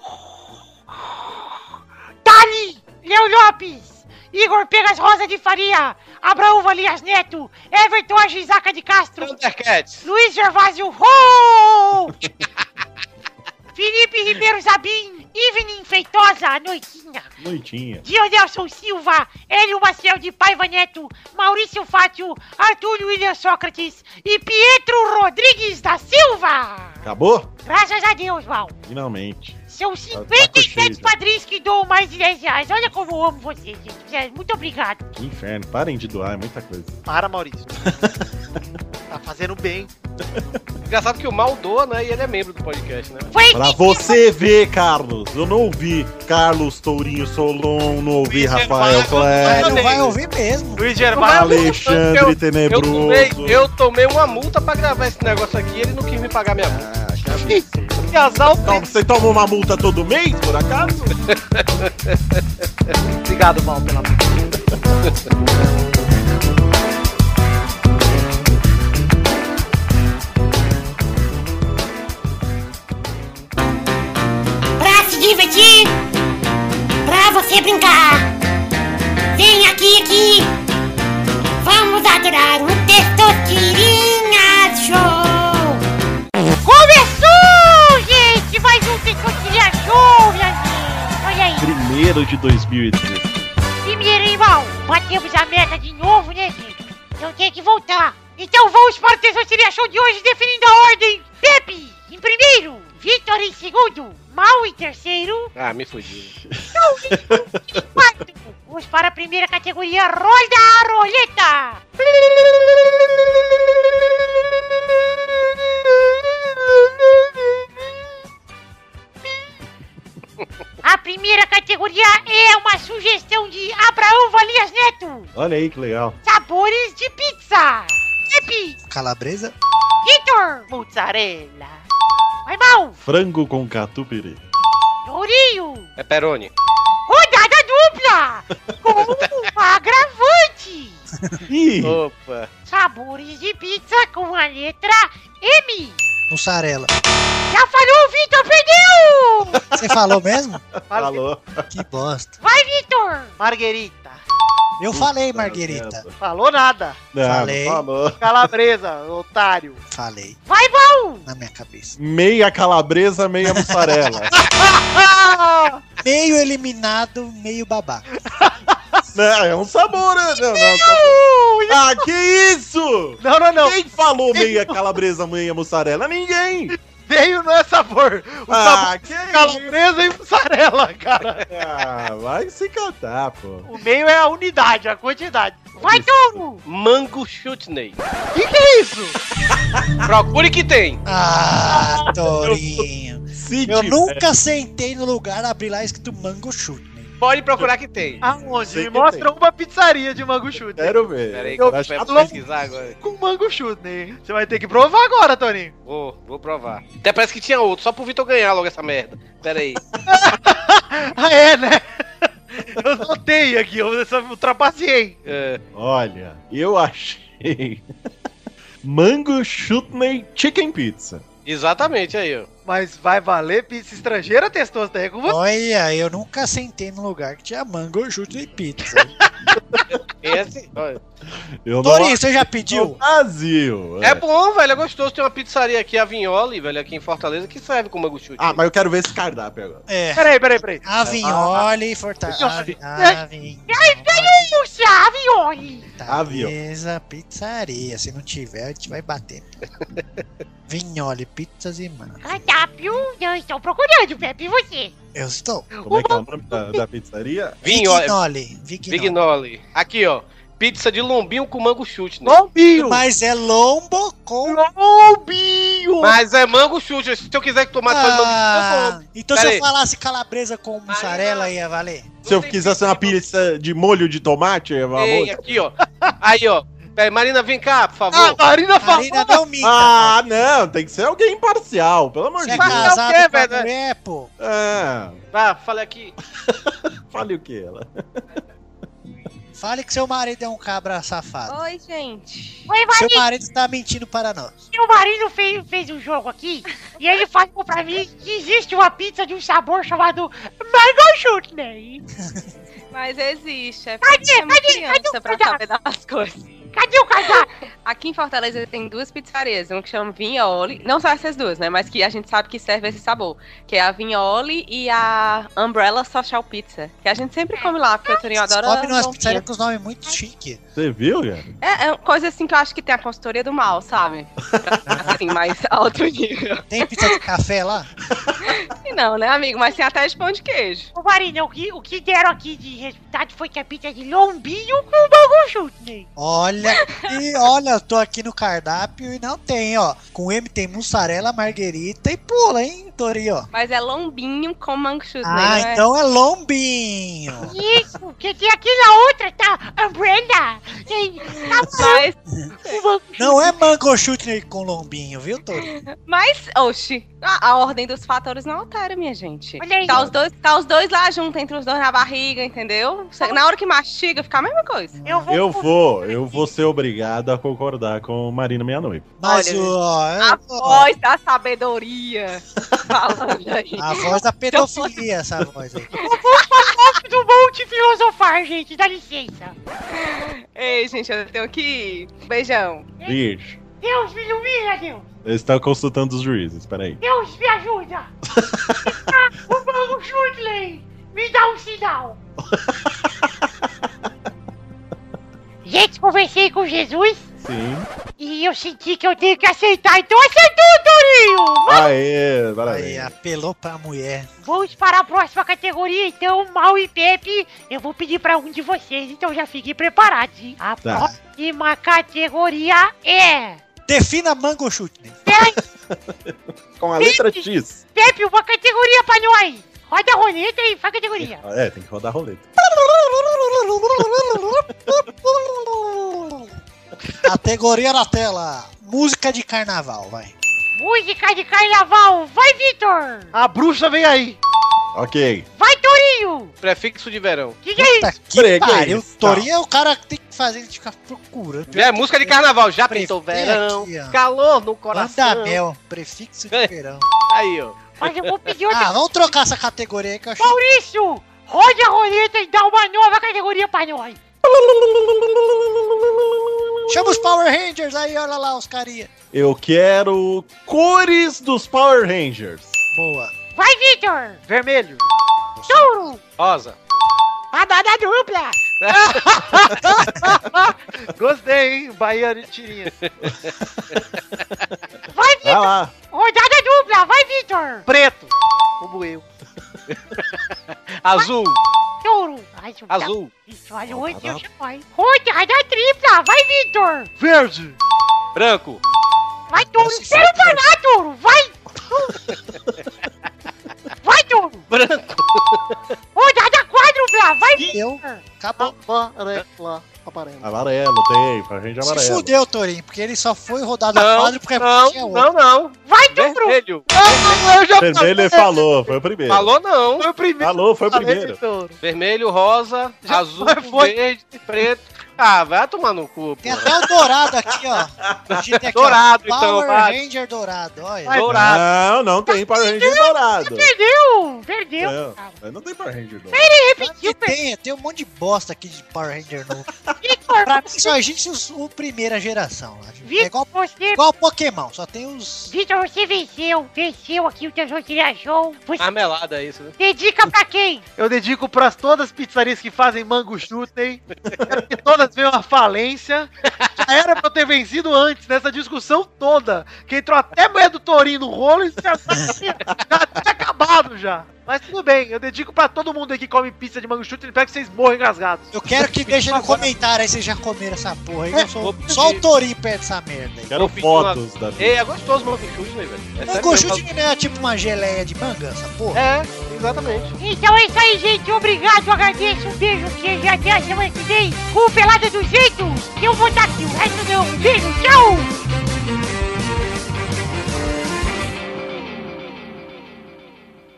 [SPEAKER 7] Dali, Léo Lopes, Igor Pegas Rosa de Faria, Abraão Valias Neto, Everton Agisaca de Castro,
[SPEAKER 5] Thundercats.
[SPEAKER 7] Luiz Gervásio Rô! Felipe Ribeiro Zabim, Evening Feitosa, Noitinha,
[SPEAKER 4] Noitinha.
[SPEAKER 7] Dionelson Silva, Hélio Maciel de Paiva Neto, Maurício Fátio, Arthur William Sócrates e Pietro Rodrigues da Silva!
[SPEAKER 4] Acabou?
[SPEAKER 7] Graças a Deus, Val!
[SPEAKER 4] Finalmente.
[SPEAKER 7] São
[SPEAKER 4] Tá com cheio
[SPEAKER 7] 57
[SPEAKER 4] já.
[SPEAKER 7] padrinhos que dão mais de 10 reais. Olha como eu amo vocês, gente. Muito obrigado.
[SPEAKER 4] Que inferno. Parem de doar, é muita coisa.
[SPEAKER 6] Para, Maurício. tá fazendo bem.
[SPEAKER 5] Engraçado que o mal doa, né? E ele é membro do podcast, né?
[SPEAKER 7] Foi
[SPEAKER 4] Pra
[SPEAKER 7] esse-
[SPEAKER 4] você ver, Carlos. Eu não ouvi Carlos Tourinho Solon, não ouvi
[SPEAKER 5] Luiz
[SPEAKER 4] Rafael
[SPEAKER 5] Gervásio,
[SPEAKER 3] Ele
[SPEAKER 4] Clério,
[SPEAKER 3] não é vai
[SPEAKER 5] Parabéns.
[SPEAKER 3] ouvir mesmo.
[SPEAKER 5] Luiz Gervásio.
[SPEAKER 4] Alexandre
[SPEAKER 5] Eu, eu, tomei,
[SPEAKER 4] Tenebroso.
[SPEAKER 5] eu tomei uma multa pra gravar esse negócio aqui e ele não quis me pagar minha multa.
[SPEAKER 4] Ah, que absurdo.
[SPEAKER 6] Casal
[SPEAKER 4] Calma, Você toma uma multa todo mês, por acaso?
[SPEAKER 6] Obrigado, Mal, pela
[SPEAKER 8] Pra se divertir, pra você brincar. Vem aqui, aqui. Vamos adorar o Testosterinhas Show.
[SPEAKER 7] Começou, gente! Mais um Tecotilha Show, minha gente! Olha aí.
[SPEAKER 4] Primeiro de 2013.
[SPEAKER 7] Primeiro, hein, irmão, batemos a meta de novo, né, gente? Então tem que voltar. Então vamos para o Tesouro Show de hoje, definindo a ordem. Pepe, em primeiro. Vitor em segundo. Mal em terceiro.
[SPEAKER 5] Ah, me fudi.
[SPEAKER 7] Quarto. Vamos para a primeira categoria. Roda a roleta. A primeira categoria é uma sugestão de Abraão Valias Neto.
[SPEAKER 4] Olha aí que legal.
[SPEAKER 7] Sabores de pizza. Pepe,
[SPEAKER 3] Calabresa.
[SPEAKER 7] Vitor, mozzarella. Vai mal,
[SPEAKER 4] Frango com catupiry.
[SPEAKER 7] Tourinho.
[SPEAKER 5] É Peroni.
[SPEAKER 7] Rodada dupla! Com um agravante!
[SPEAKER 4] Ih,
[SPEAKER 5] Opa.
[SPEAKER 7] Sabores de pizza com a letra M!
[SPEAKER 3] Mussarela.
[SPEAKER 7] Já falhou, Vitor! Perdeu!
[SPEAKER 3] Você falou mesmo?
[SPEAKER 4] falou.
[SPEAKER 3] Que bosta.
[SPEAKER 7] Vai, Vitor!
[SPEAKER 6] Marguerita.
[SPEAKER 3] Eu falei, Marguerita.
[SPEAKER 6] Falou nada.
[SPEAKER 4] Não,
[SPEAKER 3] Falei.
[SPEAKER 4] falou.
[SPEAKER 6] Calabresa, otário.
[SPEAKER 3] Falei.
[SPEAKER 7] Vai, Bom!
[SPEAKER 3] Na minha cabeça.
[SPEAKER 4] Meia calabresa, meia mussarela.
[SPEAKER 3] Meio eliminado, meio babaca.
[SPEAKER 4] Não, é um sabor, né? Não, não, é um sabor. Ah, que isso?
[SPEAKER 6] Não, não, não.
[SPEAKER 4] Quem falou meia calabresa, meia mussarela? Ninguém!
[SPEAKER 6] Veio não é sabor. O sabor
[SPEAKER 4] Ah, que
[SPEAKER 6] é calabresa e mussarela, cara.
[SPEAKER 4] Ah, vai se cantar, pô.
[SPEAKER 6] O meio é a unidade, a quantidade.
[SPEAKER 7] Vai, Tom!
[SPEAKER 5] Mango chutney.
[SPEAKER 6] Que que é isso?
[SPEAKER 5] Procure que tem.
[SPEAKER 3] Ah, Torinho.
[SPEAKER 4] Se
[SPEAKER 3] Eu
[SPEAKER 4] tiver-
[SPEAKER 3] nunca sentei no lugar, abri lá escrito mango chute. né?
[SPEAKER 5] Pode procurar que tem.
[SPEAKER 6] Aonde?
[SPEAKER 4] Sei
[SPEAKER 6] Me
[SPEAKER 4] que
[SPEAKER 6] mostra uma pizzaria de mango chutney.
[SPEAKER 4] Quero ver.
[SPEAKER 5] Pera aí, que
[SPEAKER 4] Eu
[SPEAKER 5] eu
[SPEAKER 4] acho-
[SPEAKER 5] peço pesquisar agora.
[SPEAKER 6] É Com mango chutney. Você vai ter que provar agora, Toninho.
[SPEAKER 5] Vou, vou provar. Até parece que tinha outro, só pro Vitor ganhar logo essa merda. Pera aí.
[SPEAKER 6] Ah, é, né? Eu notei aqui, eu só ultrapassei.
[SPEAKER 5] É,
[SPEAKER 4] Olha, eu achei. Mango Chutney Chicken Pizza.
[SPEAKER 5] exatamente aí, ó.
[SPEAKER 6] Mas vai valer pizza estrangeira, testosterona? Com você.
[SPEAKER 3] Olha, eu nunca sentei num lugar que tinha mango chute e pizza.
[SPEAKER 5] Esse, olha.
[SPEAKER 4] Eu
[SPEAKER 3] Torinho, você já
[SPEAKER 4] não
[SPEAKER 3] pediu?
[SPEAKER 4] é Brasil.
[SPEAKER 5] É bom, velho, é gostoso. Tem uma pizzaria aqui, a Vignoli, velho, aqui em Fortaleza, que serve com mango chutney.
[SPEAKER 4] Ah, mas eu quero ver esse cardápio agora.
[SPEAKER 3] É.
[SPEAKER 6] Peraí, peraí, peraí.
[SPEAKER 3] Avignoli, Fortaleza.
[SPEAKER 6] Avignoli.
[SPEAKER 7] Puxa, avione!
[SPEAKER 4] Avião.
[SPEAKER 3] Fortaleza, pizzaria. Se não tiver, a gente vai bater. Vignoli, pizzas e mano.
[SPEAKER 7] Cardápio, não estou procurando, Pepe, e você?
[SPEAKER 3] Eu estou.
[SPEAKER 4] Como é que é o nome da, da pizzaria?
[SPEAKER 5] Vignoli.
[SPEAKER 3] Vignoli. Vignoli.
[SPEAKER 5] Vignoli. Aqui, ó. Pizza de lombinho com mango chutney.
[SPEAKER 6] Lombinho!
[SPEAKER 3] Mas é lombo com.
[SPEAKER 6] Lombinho!
[SPEAKER 5] Mas é mango chutney. Se eu quiser tomar só de mango chutney, eu
[SPEAKER 3] Ah,
[SPEAKER 5] tomo.
[SPEAKER 3] então
[SPEAKER 5] Pera
[SPEAKER 3] se eu
[SPEAKER 5] aí.
[SPEAKER 3] falasse calabresa com mussarela, ia valer?
[SPEAKER 4] Se
[SPEAKER 5] Não
[SPEAKER 4] eu
[SPEAKER 5] é tem
[SPEAKER 4] quisesse
[SPEAKER 5] pizza
[SPEAKER 4] uma
[SPEAKER 5] de lombinho.
[SPEAKER 4] pizza de molho de tomate, eu vou-
[SPEAKER 5] Ei, aqui, ó. Aí, ó. Peraí, Marina, vem cá, por
[SPEAKER 6] Ah,
[SPEAKER 5] favor.
[SPEAKER 6] Marina falou!
[SPEAKER 3] Marina não minta.
[SPEAKER 4] Ah, não, tem que ser alguém imparcial, pelo amor
[SPEAKER 3] você
[SPEAKER 4] de
[SPEAKER 3] é
[SPEAKER 4] Deus.
[SPEAKER 5] cara-
[SPEAKER 3] casado
[SPEAKER 5] Não, o quê,
[SPEAKER 3] com a
[SPEAKER 5] velho?
[SPEAKER 3] mulher, pô.
[SPEAKER 4] Ah,
[SPEAKER 5] Vá, fala aqui.
[SPEAKER 4] fale o que ela.
[SPEAKER 3] Fale que seu marido é um cabra safado.
[SPEAKER 10] Oi, gente.
[SPEAKER 7] Oi,
[SPEAKER 3] Seu
[SPEAKER 7] Marinho,
[SPEAKER 3] marido tá mentindo para nós.
[SPEAKER 7] meu marido fez, fez um jogo aqui e ele falou pra mim que existe uma pizza de um sabor chamado Mango Chutney.
[SPEAKER 10] Mas existe. É
[SPEAKER 7] Cadê?
[SPEAKER 10] porque é muito
[SPEAKER 7] Cadê? Cadê
[SPEAKER 10] criança
[SPEAKER 7] o
[SPEAKER 10] pra
[SPEAKER 7] pedaço?
[SPEAKER 10] saber das coisas.
[SPEAKER 7] Cadê o cardápio?
[SPEAKER 10] Aqui em Fortaleza tem duas pizzarias, uma que chama Vignoli, não só essas duas, né? Mas que a gente sabe que serve esse sabor, que é a Vignoli e a Umbrella Social Pizza, que a gente sempre come lá, porque o Torinho adora.
[SPEAKER 3] Come numas
[SPEAKER 10] lombinho.
[SPEAKER 3] pizzarias com os nomes muito chique.
[SPEAKER 4] Você viu, cara?
[SPEAKER 10] É, é uma coisa assim que eu acho que tem a consultoria do mal, sabe? assim, mais alto nível.
[SPEAKER 3] Tem pizza de café lá?
[SPEAKER 10] E não, né, amigo? Mas tem até de pão de queijo.
[SPEAKER 7] Ô, Marina, o que, o que deram aqui de resultado foi que a pizza é de lombinho com Mango Chutney.
[SPEAKER 3] Olha, e olha, eu tô aqui no cardápio e não tem, ó. Com M tem mussarela, marguerita e pula, hein, Tori, ó.
[SPEAKER 10] Mas é lombinho com mango chutney,
[SPEAKER 3] Ah,
[SPEAKER 10] não é?
[SPEAKER 3] então é lombinho.
[SPEAKER 7] Isso, porque tem aqui na outra, tá? Umbrella. Tem tá
[SPEAKER 10] Mas,
[SPEAKER 7] o Mango
[SPEAKER 3] Não é mango chutney com lombinho, viu, Tori?
[SPEAKER 10] mas, oxi, a, a ordem dos fatores não altera, minha gente.
[SPEAKER 7] Olha aí.
[SPEAKER 10] Tá os, dois, tá os dois lá junto, entre os dois na barriga, entendeu?
[SPEAKER 7] Ah.
[SPEAKER 10] Cê- Na hora que mastiga, fica a mesma coisa.
[SPEAKER 7] É Eu vou.
[SPEAKER 4] Eu vou, eu vou ser obrigado a concordar com Marina Meia Noiva.
[SPEAKER 3] Mas
[SPEAKER 10] Olha,
[SPEAKER 3] o, ó, é-
[SPEAKER 10] A
[SPEAKER 3] ó,
[SPEAKER 10] voz da sabedoria falando aí.
[SPEAKER 3] a voz da pedofilia, essa voz aí.
[SPEAKER 7] do Monte Filosofar, gente, dá licença.
[SPEAKER 10] Ei, gente, eu tenho que ir. Beijão.
[SPEAKER 4] Bicho,
[SPEAKER 7] Deus me ilumina, Deus.
[SPEAKER 4] eles estão consultando os juízes, peraí.
[SPEAKER 7] Deus me ajuda. Me dá o Mango Chutney. Me dá um sinal. Gente, conversei com Jesus
[SPEAKER 4] Sim.
[SPEAKER 7] e eu senti que eu tenho que aceitar, então aceitou, Torinho!
[SPEAKER 4] Aê,
[SPEAKER 3] Aí,
[SPEAKER 4] parabéns.
[SPEAKER 3] apelou pra mulher.
[SPEAKER 7] Vamos para a próxima categoria, então, Mal e Pepe. Eu vou pedir para um de vocês, então já fiquem preparados. hein? A
[SPEAKER 4] Tá.
[SPEAKER 7] próxima categoria é.
[SPEAKER 3] Defina mango né? chutney.
[SPEAKER 4] Com a letra X.
[SPEAKER 7] Pepe, uma categoria para nós! Roda a roleta e faz a categoria.
[SPEAKER 4] É, tem que rodar a roleta.
[SPEAKER 3] Categoria na tela. Música de carnaval, vai.
[SPEAKER 7] Música de carnaval, vai, Vitor!
[SPEAKER 6] A bruxa vem aí!
[SPEAKER 4] Ok.
[SPEAKER 7] Vai, Torinho!
[SPEAKER 5] Prefixo de verão.
[SPEAKER 7] Que que é isso?
[SPEAKER 3] Puta
[SPEAKER 4] Prega
[SPEAKER 3] que pariu.
[SPEAKER 4] isso,
[SPEAKER 3] Torinho é o cara que tem que fazer a gente ficar procurando.
[SPEAKER 5] Tá. É, música de carnaval, já pintou
[SPEAKER 3] Prefiro
[SPEAKER 5] verão,
[SPEAKER 3] aqui, ó.
[SPEAKER 5] calor no coração.
[SPEAKER 3] Manda mel, prefixo de
[SPEAKER 5] É.
[SPEAKER 3] verão.
[SPEAKER 5] Aí, ó.
[SPEAKER 7] Mas eu vou pedir outra.
[SPEAKER 3] Ah, vamos trocar essa categoria aí que eu achei.
[SPEAKER 7] Maurício, roda a roleta e dá uma nova categoria para nós.
[SPEAKER 3] Chama os Power Rangers aí, olha lá os carinha.
[SPEAKER 4] Eu quero cores dos Power Rangers.
[SPEAKER 3] Boa.
[SPEAKER 7] Vai, Vitor!
[SPEAKER 6] Vermelho!
[SPEAKER 7] Touro!
[SPEAKER 5] Rosa.
[SPEAKER 7] Badada dupla!
[SPEAKER 6] Gostei, hein? Bahia de tirinha.
[SPEAKER 7] Vai,
[SPEAKER 4] Vai
[SPEAKER 7] Vitor!
[SPEAKER 4] lá.
[SPEAKER 7] Rodada dupla, vai, Vitor!
[SPEAKER 6] Preto, como eu.
[SPEAKER 5] Azul,
[SPEAKER 7] Touro! Ai, deixa eu dar-
[SPEAKER 5] azul.
[SPEAKER 7] Isso, olha o outro, eu já vai. Rodada tripla, vai, Vitor!
[SPEAKER 6] Verde,
[SPEAKER 5] Branco.
[SPEAKER 7] Vai, Touro! Espera pra lá, Touro! Vai! Vai, Touro!
[SPEAKER 5] Branco.
[SPEAKER 7] Rodada quádrupla, vai, Vitor!
[SPEAKER 3] Eu,
[SPEAKER 5] Ah.
[SPEAKER 3] acabou.
[SPEAKER 6] amarela, amarela.
[SPEAKER 4] Amarelo, tem, pra gente
[SPEAKER 3] Se
[SPEAKER 4] amarelo.
[SPEAKER 3] fudeu, Torinho, porque ele só foi rodado
[SPEAKER 6] Tá
[SPEAKER 3] a
[SPEAKER 5] Não,
[SPEAKER 3] quadro
[SPEAKER 6] é
[SPEAKER 3] porque
[SPEAKER 5] não,
[SPEAKER 3] tinha outro.
[SPEAKER 5] não, não.
[SPEAKER 7] Vai,
[SPEAKER 5] né?
[SPEAKER 7] Touro!
[SPEAKER 5] Vermelho.
[SPEAKER 6] eu já
[SPEAKER 4] Vermelho ele tá falou, foi o primeiro.
[SPEAKER 5] Falou não.
[SPEAKER 6] Foi o primeiro.
[SPEAKER 4] Falou, foi o
[SPEAKER 6] Falei,
[SPEAKER 4] primeiro.
[SPEAKER 6] Vitor.
[SPEAKER 5] Vermelho, rosa, azul,
[SPEAKER 6] foi.
[SPEAKER 5] verde, preto. Ah, vai tomar no cu, pô.
[SPEAKER 3] Tem até o dourado aqui, ó. Tem aqui, ó,
[SPEAKER 5] Dourado, então,
[SPEAKER 3] Power
[SPEAKER 5] vai.
[SPEAKER 3] Ranger dourado, olha.
[SPEAKER 5] Vai. Dourado.
[SPEAKER 4] Não, não tem Power Ranger dourado.
[SPEAKER 7] Perdeu! Perdeu!
[SPEAKER 4] Não,
[SPEAKER 7] cara.
[SPEAKER 4] É, mas não tem Power Ranger dourado.
[SPEAKER 3] Claro
[SPEAKER 7] Repetiu,
[SPEAKER 3] que
[SPEAKER 7] perdeu!
[SPEAKER 3] tem, tem um monte de bosta aqui de Power Ranger novo.
[SPEAKER 7] Vitor,
[SPEAKER 3] Pra mim só existe os, o primeira geração. Acho. É
[SPEAKER 7] Vitor,
[SPEAKER 3] igual,
[SPEAKER 7] você
[SPEAKER 3] igual Pokémon, só tem os.
[SPEAKER 7] Vitor, você venceu! Venceu aqui o Tesouro Trilha Show! Você
[SPEAKER 5] Marmelada, isso, né?
[SPEAKER 7] dedica pra quem?
[SPEAKER 6] Eu dedico para todas as pizzarias que fazem mango chutney. É porque todas veem uma falência. Já era pra eu ter vencido antes nessa discussão toda. Que entrou até a mulher do Torinho no rolo e já tá, já tá acabado já. Mas tudo bem, eu dedico pra todo mundo aí que come pizza de mango chutney. Espero que vocês morram engasgados.
[SPEAKER 3] Eu quero que deixem no comentário aí vocês já comeram essa porra aí. que eu sou- só o Torinho perde essa merda aí.
[SPEAKER 4] Quero
[SPEAKER 5] Vou pedir
[SPEAKER 4] fotos da
[SPEAKER 5] Ei, é gostoso o Monkey né, velho? É sério mesmo,
[SPEAKER 3] Mangochute não é tipo uma geleia de manga, essa porra?
[SPEAKER 5] É, exatamente.
[SPEAKER 7] Então é isso aí, gente. Obrigado, agradeço. Um beijo, queijo. e Até a semana que vem. Com o Pelada dos Jeitos. Eu vou estar aqui. O resto não. Um beijo, tchau.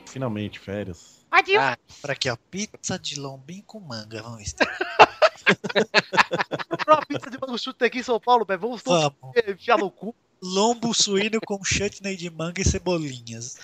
[SPEAKER 4] Finalmente, férias.
[SPEAKER 7] Adeus.
[SPEAKER 5] Ah.
[SPEAKER 3] Olha aqui, ó. Pizza de lombinho com manga. Vamos ver. se-
[SPEAKER 6] Comprou uma pizza de mango chutney aqui em São Paulo, velho. Vamos todos
[SPEAKER 3] Vamos.
[SPEAKER 6] enfiar no cu.
[SPEAKER 3] Lombo suíno com chutney de manga e cebolinhas.